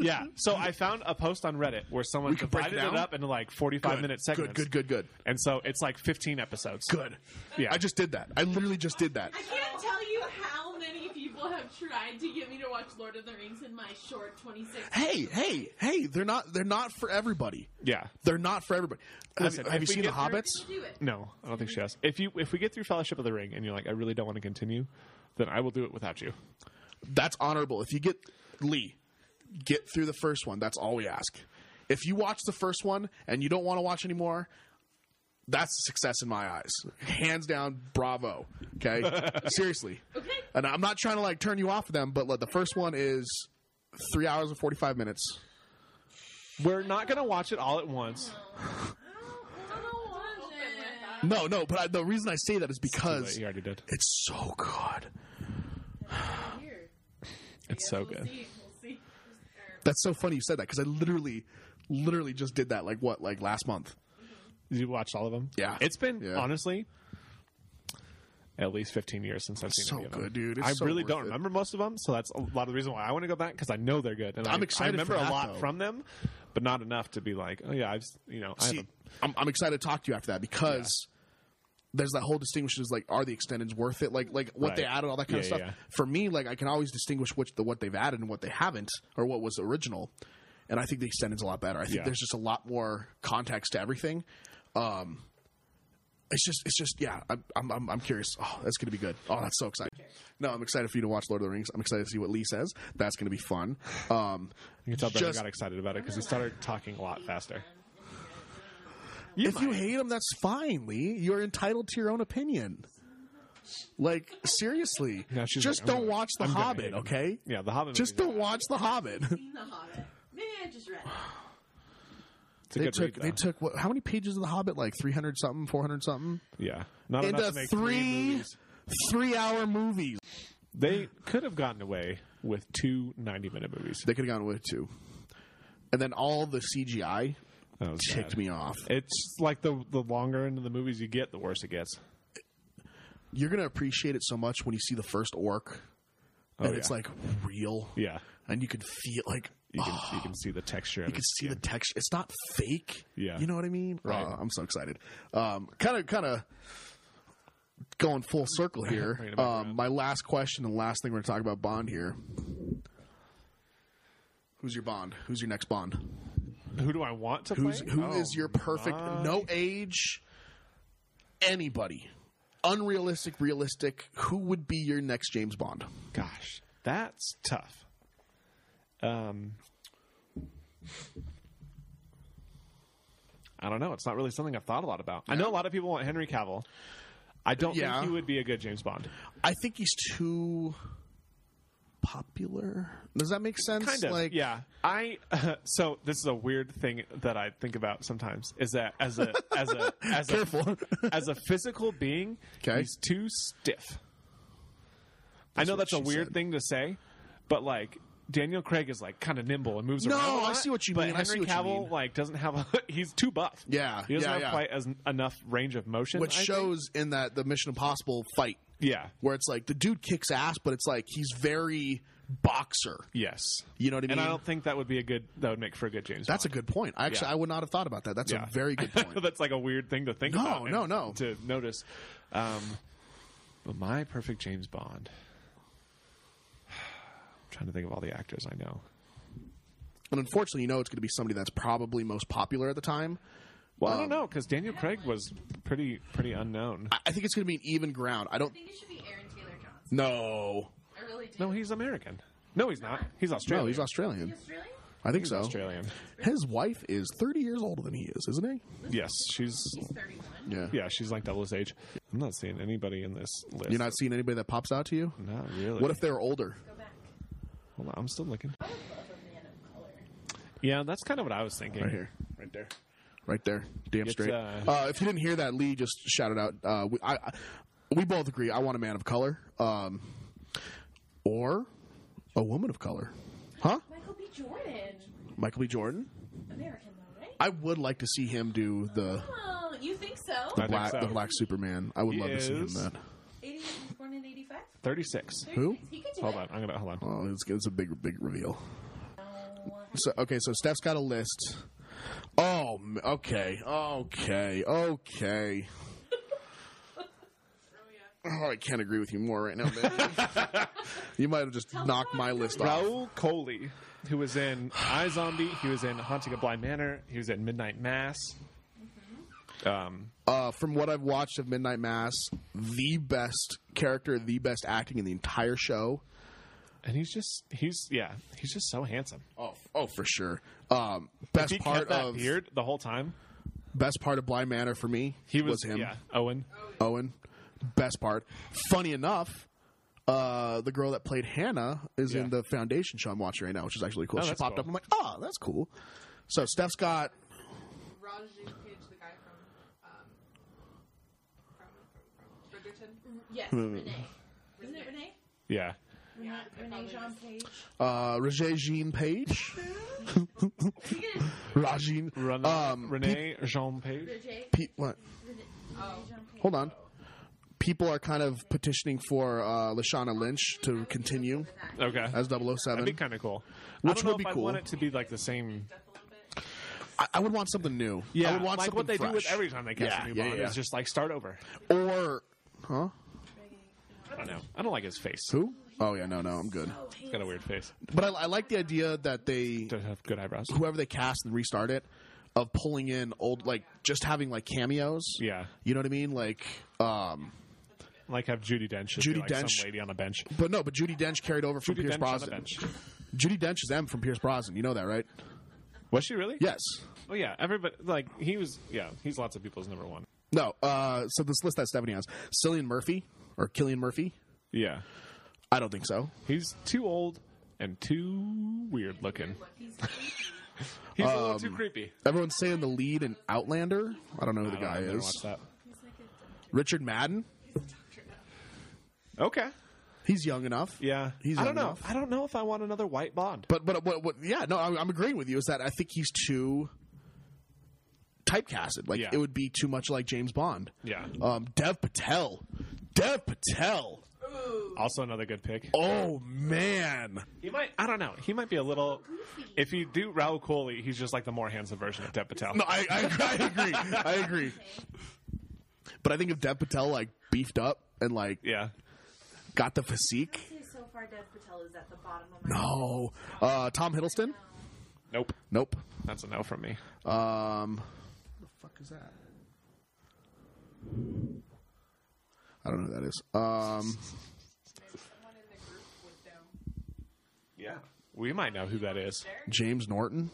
Speaker 1: Yeah. So I found a post on Reddit where someone
Speaker 2: We could break it
Speaker 1: divided it,
Speaker 2: down?
Speaker 1: up into like 45
Speaker 2: Good.
Speaker 1: minute segments.
Speaker 2: Good. Good. Good. Good.
Speaker 1: And so it's like 15 episodes.
Speaker 2: Good.
Speaker 1: Yeah.
Speaker 2: I just did that. I literally just did that.
Speaker 3: I can't tell you how many people have tried to get me to watch Lord of the Rings in my short 26.
Speaker 2: Hey, hey, hey! They're not. They're not for everybody.
Speaker 1: Yeah.
Speaker 2: They're not for everybody. Have-
Speaker 1: Listen,
Speaker 2: have,
Speaker 1: if
Speaker 2: you
Speaker 1: we
Speaker 2: seen the
Speaker 1: get through-
Speaker 2: Hobbits?
Speaker 3: Do it.
Speaker 1: No, I don't think she has. If you if we get through Fellowship of the Ring and you're like, I really don't want to continue, then I will do it without you.
Speaker 2: That's honorable. If you get Lee, get through the first one. That's all we ask. If you watch the first one and you don't want to watch anymore, that's a success in my eyes. Hands down, bravo. Okay, seriously.
Speaker 3: Okay.
Speaker 2: And I'm not trying to like turn you off of them, but like, the first one is three hours and 45 minutes.
Speaker 1: We're not gonna watch it all at once.
Speaker 2: No, no. But I, the reason I say that is
Speaker 1: But
Speaker 2: because
Speaker 1: you already did.
Speaker 2: it's so good.
Speaker 1: It's so good.
Speaker 3: See, we'll see.
Speaker 2: That's so funny you said that because I literally, literally just did that like what like last month.
Speaker 1: You watched all of them?
Speaker 2: Yeah.
Speaker 1: It's been
Speaker 2: Yeah.
Speaker 1: honestly at least 15 years since I've seen
Speaker 2: So
Speaker 1: any of
Speaker 2: good,
Speaker 1: them.
Speaker 2: dude. It's
Speaker 1: I
Speaker 2: so
Speaker 1: really
Speaker 2: worth
Speaker 1: don't
Speaker 2: it.
Speaker 1: remember most of them, so that's a lot of the reason why I want to go back because I know they're good, and I,
Speaker 2: I'm excited
Speaker 1: I remember
Speaker 2: for that,
Speaker 1: a lot
Speaker 2: though.
Speaker 1: from them, but not enough to be like, oh yeah, I've s- you know, I
Speaker 2: See,
Speaker 1: have a,
Speaker 2: I'm, I'm excited to talk to you after that because there's that whole distinction is like, are the extendeds worth it? Like, like what they
Speaker 1: Right.
Speaker 2: added, all that kind of
Speaker 1: Yeah,
Speaker 2: stuff.
Speaker 1: yeah, yeah.
Speaker 2: For me, like I can always distinguish which the what they've added and what they haven't, or what was original. And I think the extended's a lot better. I think
Speaker 1: Yeah.
Speaker 2: there's just a lot more context to everything. Um, it's just, it's just, yeah. I'm, I'm, I'm, I'm curious. Oh, that's gonna be good. Oh, that's so exciting. No, I'm excited for you to watch Lord of the Rings. I'm excited to see what Lee says. That's gonna be fun. Um,
Speaker 1: you can tell Brandon
Speaker 2: just-
Speaker 1: got excited about it because he started talking a lot faster. You
Speaker 2: if you hate him, that's fine, Lee. You're entitled to your own opinion. Like seriously,
Speaker 1: No, she's
Speaker 2: just
Speaker 1: like, I'm
Speaker 2: don't
Speaker 1: gonna-
Speaker 2: watch The
Speaker 1: I'm gonna hate
Speaker 2: Hobbit,
Speaker 1: him.
Speaker 2: okay?
Speaker 1: yeah, the Hobbit.
Speaker 2: Just
Speaker 1: movies are
Speaker 2: don't
Speaker 1: bad.
Speaker 2: watch The Hobbit.
Speaker 5: In the Hobbit. Maybe I just read it.
Speaker 1: It's a
Speaker 2: they
Speaker 1: good
Speaker 2: took
Speaker 1: read,
Speaker 2: they
Speaker 1: though.
Speaker 2: took what, how many pages of The Hobbit? Like three hundred something, four hundred something.
Speaker 1: yeah, not
Speaker 2: Into
Speaker 1: enough to make three
Speaker 2: three-
Speaker 1: movies.
Speaker 2: Three hour movies.
Speaker 1: They could have gotten away with two 90 minute movies.
Speaker 2: They could have gone with two, and then all the CGI
Speaker 1: That was
Speaker 2: ticked
Speaker 1: bad.
Speaker 2: me off.
Speaker 1: It's like the the longer into the movies you get, the worse it gets.
Speaker 2: You're gonna appreciate it so much when you see the first orc, and it's
Speaker 1: Oh, yeah.
Speaker 2: like real,
Speaker 1: Yeah,
Speaker 2: and you can feel like
Speaker 1: you can Oh. you can see the texture.
Speaker 2: you can see the texture. It's not fake.
Speaker 1: Yeah.
Speaker 2: you know what I mean.
Speaker 1: Right.
Speaker 2: Uh, I'm so excited. Um, kind of, kind of going full circle
Speaker 1: Bring
Speaker 2: here.
Speaker 1: it back
Speaker 2: um,
Speaker 1: around.
Speaker 2: my last question and last thing we're going to talk about Bond here. Who's your Bond? Who's your next Bond?
Speaker 1: Who do I want to
Speaker 2: Who's who
Speaker 1: play?
Speaker 2: is your perfect?
Speaker 1: Oh my.
Speaker 2: No age. Anybody. Unrealistic, realistic. Who would be your next James Bond?
Speaker 1: Gosh, that's tough. Um, I don't know. It's not really something I've thought a lot about. I know a lot of people want Henry Cavill. I don't
Speaker 2: Yeah.
Speaker 1: think he would be a good James Bond.
Speaker 2: I think he's too popular. Does that make sense?
Speaker 1: Kind of,
Speaker 2: Like,
Speaker 1: yeah. I so this is a weird thing that I think about sometimes is that as a as a as a
Speaker 2: Careful.
Speaker 1: as a physical being,
Speaker 2: 'Kay.
Speaker 1: he's too stiff. I know
Speaker 2: what
Speaker 1: that's a
Speaker 2: she
Speaker 1: weird
Speaker 2: said.
Speaker 1: thing to say, but like Daniel Craig is like kind of nimble and moves
Speaker 2: No,
Speaker 1: around. a
Speaker 2: I
Speaker 1: lot,
Speaker 2: see what you
Speaker 1: but
Speaker 2: mean, I
Speaker 1: Henry
Speaker 2: see what you
Speaker 1: Cavill
Speaker 2: mean.
Speaker 1: like doesn't have a he's too buff.
Speaker 2: Yeah,
Speaker 1: he doesn't
Speaker 2: yeah,
Speaker 1: have
Speaker 2: yeah.
Speaker 1: quite as enough range of motion,
Speaker 2: which
Speaker 1: I think.
Speaker 2: shows in that the Mission Impossible fight
Speaker 1: Yeah.
Speaker 2: where it's like the dude kicks ass, but it's like he's very boxer.
Speaker 1: Yes.
Speaker 2: You know what I mean?
Speaker 1: And I don't think that would be a good. That would make for a good James.
Speaker 2: That's a
Speaker 1: Bond.
Speaker 2: good point. I Actually,
Speaker 1: Yeah.
Speaker 2: I would not have thought about that. That's
Speaker 1: Yeah.
Speaker 2: a very good point.
Speaker 1: that's like a weird thing to think
Speaker 2: No,
Speaker 1: about. and
Speaker 2: no, no.
Speaker 1: To notice. Um, but my perfect James Bond. I'm trying to think of all the actors I know.
Speaker 2: and unfortunately, you know, it's going to be somebody that's probably most popular at the time.
Speaker 1: Well,
Speaker 2: Um,
Speaker 1: I don't know because Daniel Craig was pretty pretty unknown.
Speaker 2: I- I think it's going to be an even ground. I don't.
Speaker 5: I think it should be Aaron Taylor Johnson.
Speaker 2: No,
Speaker 5: I really do.
Speaker 1: No, he's American. No, he's not. He's Australian.
Speaker 2: no, he's Australian.
Speaker 5: Yes, really?
Speaker 2: I think
Speaker 1: He's
Speaker 2: so.
Speaker 1: Australian.
Speaker 2: His wife is thirty years older than he is, isn't
Speaker 1: Yes, she's.
Speaker 5: He's 31.
Speaker 2: he? Yeah.
Speaker 1: Yeah, she's like double his age. I'm not seeing anybody in this list.
Speaker 2: You're not seeing anybody that pops out to you.
Speaker 1: Not really.
Speaker 2: What if they were older?
Speaker 5: Go back.
Speaker 1: Hold on, I'm still looking.
Speaker 5: I would love a man of color.
Speaker 1: Yeah, that's kind of what I was thinking.
Speaker 2: Right here. Right there. Right there. Damn
Speaker 1: It's,
Speaker 2: straight.
Speaker 1: uh,
Speaker 2: Uh, if you didn't hear that, Lee just shouted out. Uh, we, I, I- we both agree. I want a man of color, um, or a woman of color. Huh?
Speaker 5: Michael B. Jordan,
Speaker 2: Michael B. Jordan.
Speaker 5: American though, right?
Speaker 2: I would like to see him do the
Speaker 5: Oh, you think so?
Speaker 1: I think
Speaker 2: black,
Speaker 1: so.
Speaker 2: the black Superman. I would
Speaker 1: He
Speaker 2: love to see him
Speaker 1: is-
Speaker 2: that.
Speaker 5: Eighty-eight was born in eighty-five.
Speaker 1: 36.
Speaker 2: Who?
Speaker 5: He could do
Speaker 1: Hold
Speaker 5: it.
Speaker 1: on, I'm gonna hold on.
Speaker 2: Oh, it's, it's a big, big reveal.
Speaker 5: No.
Speaker 2: So okay, so Steph's got a list. Oh, m- okay, okay, okay.
Speaker 4: Oh yeah.
Speaker 2: Oh, I can't agree with you more right now. man. you might have just knocked my list off.
Speaker 1: Raul Coley, who was in I Zombie, he was in Haunting of Blind Manor, he was in Midnight Mass. Um,
Speaker 2: uh, from what I've watched of Midnight Mass, the best character, the best acting in the entire show.
Speaker 1: and he's just he's yeah he's just so handsome.
Speaker 2: Oh, oh, for sure. Um, best
Speaker 1: He
Speaker 2: part
Speaker 1: kept that
Speaker 2: of
Speaker 1: beard the whole time.
Speaker 2: best part of Blind Manor for me.
Speaker 1: He was,
Speaker 2: him,
Speaker 1: Yeah, Owen.
Speaker 2: Owen. Best part. Funny enough, uh, the girl that played Hannah is
Speaker 1: Yeah.
Speaker 2: in the Foundation show I'm watching right now, which is actually cool.
Speaker 1: Oh,
Speaker 2: she
Speaker 1: that's
Speaker 2: popped
Speaker 1: cool.
Speaker 2: up. I'm like, oh, that's cool. So Steph's got
Speaker 4: Raju Page, the guy from um, from from, from Bridgerton.
Speaker 5: Yes, Renee. Isn't it Renee?
Speaker 1: Yeah,
Speaker 5: Renee,
Speaker 4: Yeah, it
Speaker 5: Renee
Speaker 4: probably
Speaker 5: Jean
Speaker 4: is.
Speaker 5: Page.
Speaker 2: uh, Regé Jean Page. Rajin.
Speaker 1: Rene,
Speaker 2: Um,
Speaker 1: Renee Jean Page.
Speaker 5: Renee,
Speaker 2: Pe- what?
Speaker 5: Renee
Speaker 4: Oh.
Speaker 5: Jean Page.
Speaker 2: Hold on. People are kind of petitioning for uh, Lashana Lynch to continue
Speaker 1: Okay,
Speaker 2: as
Speaker 1: that'd be
Speaker 2: 007.
Speaker 1: kind of cool.
Speaker 2: Which
Speaker 1: I don't know
Speaker 2: would be
Speaker 1: if I
Speaker 2: cool.
Speaker 1: want it to be like the same.
Speaker 4: Death a little bit.
Speaker 2: I, I would want something new. I would want
Speaker 1: like
Speaker 2: something
Speaker 1: what they do with
Speaker 2: fresh.
Speaker 1: every time they cast
Speaker 2: Yeah,
Speaker 1: a new
Speaker 2: yeah,
Speaker 1: Bond
Speaker 2: yeah.
Speaker 1: is just like start over.
Speaker 2: Or, huh?
Speaker 1: I don't know. I don't like his face.
Speaker 2: Who? Oh yeah, no, no, I'm good.
Speaker 5: Oh,
Speaker 1: He's got a weird face.
Speaker 2: But I, I like the idea that they
Speaker 1: Doesn't have good eyebrows.
Speaker 2: whoever they cast and restart it of pulling in old like just having like cameos
Speaker 1: Yeah,
Speaker 2: you know what i mean like um
Speaker 1: like have Judy Dench. just be
Speaker 2: Judi
Speaker 1: like
Speaker 2: Dench-
Speaker 1: some lady on a bench.
Speaker 2: but no but judy dench carried over from
Speaker 1: Judy
Speaker 2: pierce
Speaker 1: Dench on the
Speaker 2: brosnan
Speaker 1: bench.
Speaker 2: judy dench is m from pierce brosnan you know that right
Speaker 1: Was she really?
Speaker 2: yes
Speaker 1: Well, yeah. Everybody like he was. Yeah, he's lots of people's number one.
Speaker 2: no uh so this list that stephanie has cillian murphy or killian murphy
Speaker 1: Yeah,
Speaker 2: i don't think so
Speaker 1: he's too old and too weird looking.
Speaker 4: He's
Speaker 1: He's a little too creepy.
Speaker 2: everyone's saying the lead in outlander i don't know who Um, the
Speaker 1: I don't-
Speaker 2: guy
Speaker 1: I've never
Speaker 2: is
Speaker 1: watched that.
Speaker 2: richard madden
Speaker 1: Okay.
Speaker 2: he's young enough
Speaker 1: Yeah.
Speaker 2: He's
Speaker 1: I don't
Speaker 2: young
Speaker 1: know.
Speaker 2: enough.
Speaker 1: I don't know if I want another white Bond.
Speaker 2: But but what what? Yeah, no, I'm, I'm agreeing with you. Is that I think he's too typecasted. Like
Speaker 1: Yeah.
Speaker 2: it would be too much like James Bond.
Speaker 1: Yeah.
Speaker 2: Um, Dev Patel, Dev Patel.
Speaker 1: Also, another good pick.
Speaker 2: Oh man,
Speaker 1: He might. I don't know. He might be a little. If you do Raul Coley, he's just like the more handsome version of Dev Patel.
Speaker 2: no, I I, I agree, I agree. But I think if Dev Patel like beefed up and like
Speaker 1: Yeah.
Speaker 2: got the physique,
Speaker 5: Say so far, Dev Patel is at the bottom of my.
Speaker 2: no. Uh, Tom Hiddleston,
Speaker 1: Nope.
Speaker 2: nope.
Speaker 1: That's a no from me.
Speaker 2: Um, the fuck is that? I don't know who that is. Um.
Speaker 4: there's someone in the group with them.
Speaker 1: Yeah. We might know who that is.
Speaker 2: James Norton.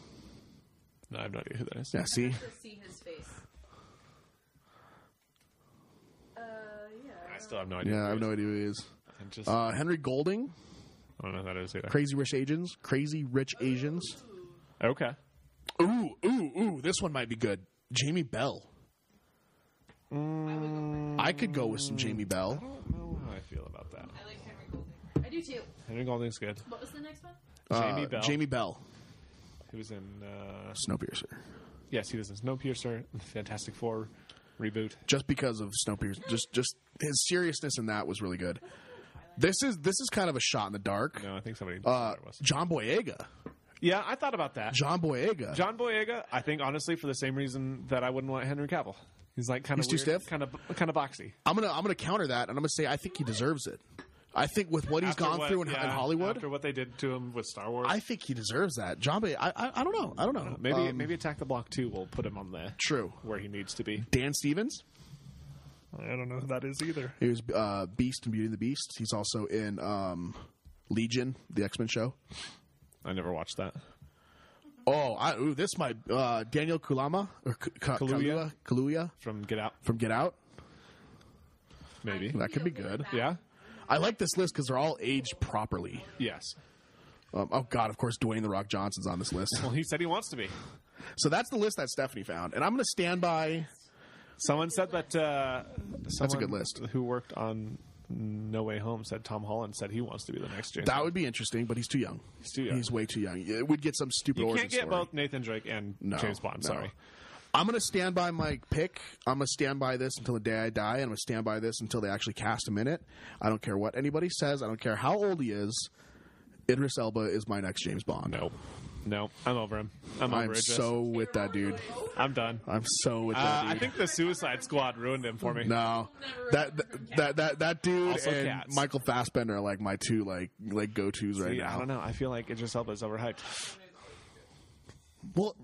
Speaker 1: No, I have no idea who that is.
Speaker 2: Yeah, see,
Speaker 5: To see his face. Uh, yeah.
Speaker 1: I still have no idea.
Speaker 2: yeah, I
Speaker 1: who
Speaker 2: have
Speaker 1: he
Speaker 2: no
Speaker 1: is.
Speaker 2: idea who he is.
Speaker 1: I'm just.
Speaker 2: Uh, Henry Golding,
Speaker 1: I don't know who that is either.
Speaker 2: Crazy Rich Asians, Crazy Rich Asians.
Speaker 1: Okay.
Speaker 2: Ooh, ooh, ooh! This one might be good. Jamie Bell.
Speaker 4: I would go
Speaker 1: Mm.
Speaker 4: for
Speaker 2: I could go with some Jamie Bell.
Speaker 1: I don't know how I feel about that.
Speaker 4: I like Henry Golding.
Speaker 5: I do too.
Speaker 1: Henry Golding's good.
Speaker 5: What was the next one?
Speaker 2: Uh,
Speaker 1: Jamie Bell.
Speaker 2: Jamie Bell.
Speaker 1: He was in. Uh,
Speaker 2: Snowpiercer.
Speaker 1: yes, he was in Snowpiercer, Fantastic Four reboot.
Speaker 2: Just because of Snowpiercer, just just his seriousness in that was really good. This is this is kind of a shot in the dark.
Speaker 1: No, I think somebody.
Speaker 2: Uh,
Speaker 1: somebody was.
Speaker 2: John Boyega.
Speaker 1: Yeah, I thought about that.
Speaker 2: John Boyega.
Speaker 1: John Boyega, I think honestly for the same reason that I wouldn't want Henry Cavill. He's like kind of
Speaker 2: He's too stiff?
Speaker 1: kind of kind of boxy.
Speaker 2: I'm gonna I'm gonna counter that, and I'm gonna say I think he deserves it. I think with what he's
Speaker 1: After
Speaker 2: gone
Speaker 1: what-
Speaker 2: through in,
Speaker 1: yeah,
Speaker 2: in Hollywood,
Speaker 1: after what they did to him with Star Wars.
Speaker 2: I think he deserves that. John Boy- I, I I don't know. I don't know.
Speaker 1: maybe
Speaker 2: Um,
Speaker 1: maybe Attack the Block 2 will put him on the
Speaker 2: true.
Speaker 1: where he needs to be.
Speaker 2: Dan Stevens.
Speaker 1: I don't know who that is either.
Speaker 2: He was uh, Beast in Beauty and the Beast. He's also in um, Legion, the X Men show.
Speaker 1: I never watched that.
Speaker 2: Oh, I, ooh, this might uh, Daniel Kulama or K- Ka- Kaluuya.
Speaker 1: Kaluuya.
Speaker 2: Kaluuya
Speaker 1: From Get Out,
Speaker 2: from Get Out.
Speaker 1: maybe.
Speaker 2: That could be good.
Speaker 1: Yeah?
Speaker 2: I like this list because they're all aged properly.
Speaker 1: Yes.
Speaker 2: Um, oh God, of course, Dwayne the Rock Johnson's on this list.
Speaker 1: Well, he said he wants to be.
Speaker 2: so that's the list that Stephanie found, and I'm going to stand by.
Speaker 1: Someone said that. Uh,
Speaker 2: That's a
Speaker 1: someone
Speaker 2: good list.
Speaker 1: Who worked on No Way Home said Tom Holland said he wants to be the next James.
Speaker 2: That would be interesting, but he's too young. He's
Speaker 1: too young.
Speaker 2: He's way too young. It would get some stupid
Speaker 1: you
Speaker 2: origin
Speaker 1: can't get
Speaker 2: story.
Speaker 1: both Nathan Drake and
Speaker 2: No,
Speaker 1: James Bond.
Speaker 2: no.
Speaker 1: Sorry.
Speaker 2: I'm going to stand by my pick. I'm going to stand by this until the day I die. And I'm going to stand by this until they actually cast him in it. I don't care what anybody says. I don't care how old he is. Idris Elba is my next James Bond.
Speaker 1: No. No, I'm over him. I'm over
Speaker 2: I'm
Speaker 1: Idris.
Speaker 2: so with that dude.
Speaker 1: I'm done.
Speaker 2: I'm so with
Speaker 1: Uh,
Speaker 2: that dude.
Speaker 1: I think the Suicide Squad ruined him for me.
Speaker 2: no, that that that that, that dude
Speaker 1: Also
Speaker 2: and
Speaker 1: cats.
Speaker 2: Michael Fassbender are like my two like like go tos right
Speaker 1: See,
Speaker 2: now.
Speaker 1: I don't know. I feel like Idris Elba is overhyped.
Speaker 2: Well,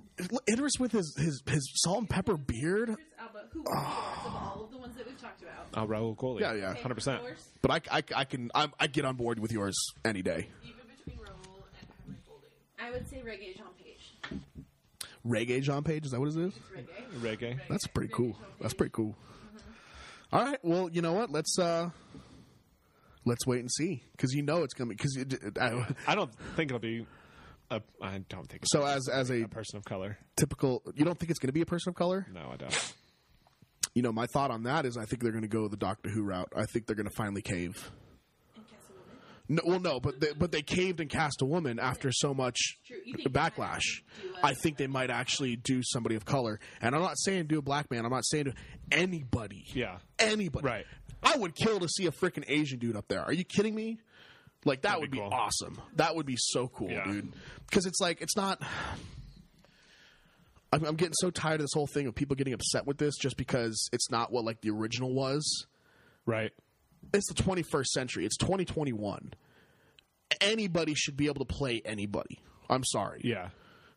Speaker 2: Idris with his his his salt and pepper beard.
Speaker 3: Idris Elba, who was the
Speaker 2: Ah.
Speaker 3: worst of all of the ones that we've talked about?
Speaker 1: Uh, Raul Coley.
Speaker 2: Yeah, yeah.
Speaker 1: 100%.
Speaker 3: Worst,
Speaker 2: But I, I, I can I, I get on board with yours any day.
Speaker 4: Even between Raoul and Henry Golding.
Speaker 5: I would say reggae John Page.
Speaker 2: Reggae John Page is that what it is?
Speaker 5: Reggae.
Speaker 1: Reggae.
Speaker 2: That's pretty cool. That's pretty cool. All right. Well, you know what? Let's uh let's wait and see because you know it's coming. Because I,
Speaker 1: I don't think it'll be. A, I don't think
Speaker 2: so as as a
Speaker 1: a person of color.
Speaker 2: typical, you don't think it's going to be a person of color.
Speaker 1: No, I don't.
Speaker 2: You know, my thought on that is I think they're going to go the Doctor Who route. I think they're going to finally cave.
Speaker 3: and Casablanca.
Speaker 2: No, well, no, but they, but they caved and cast a woman after so much
Speaker 5: True, you think they might
Speaker 2: backlash.
Speaker 5: actually do a-
Speaker 2: I think they might actually do somebody of color, and I'm not saying do a black man. I'm not saying to anybody.
Speaker 1: Yeah.
Speaker 2: anybody.
Speaker 1: Right.
Speaker 2: I would kill to see a freaking Asian dude up there. Are you kidding me? Like that
Speaker 1: That'd
Speaker 2: would
Speaker 1: be
Speaker 2: be,
Speaker 1: cool.
Speaker 2: awesome. That would be so cool,
Speaker 1: Yeah.
Speaker 2: dude. Because it's like it's not. I'm, I'm getting so tired of this whole thing of people getting upset with this just because it's not what like the original was
Speaker 1: Right.
Speaker 2: it's the 21st century. It's 2021. Anybody should be able to play anybody. I'm sorry.
Speaker 1: Yeah.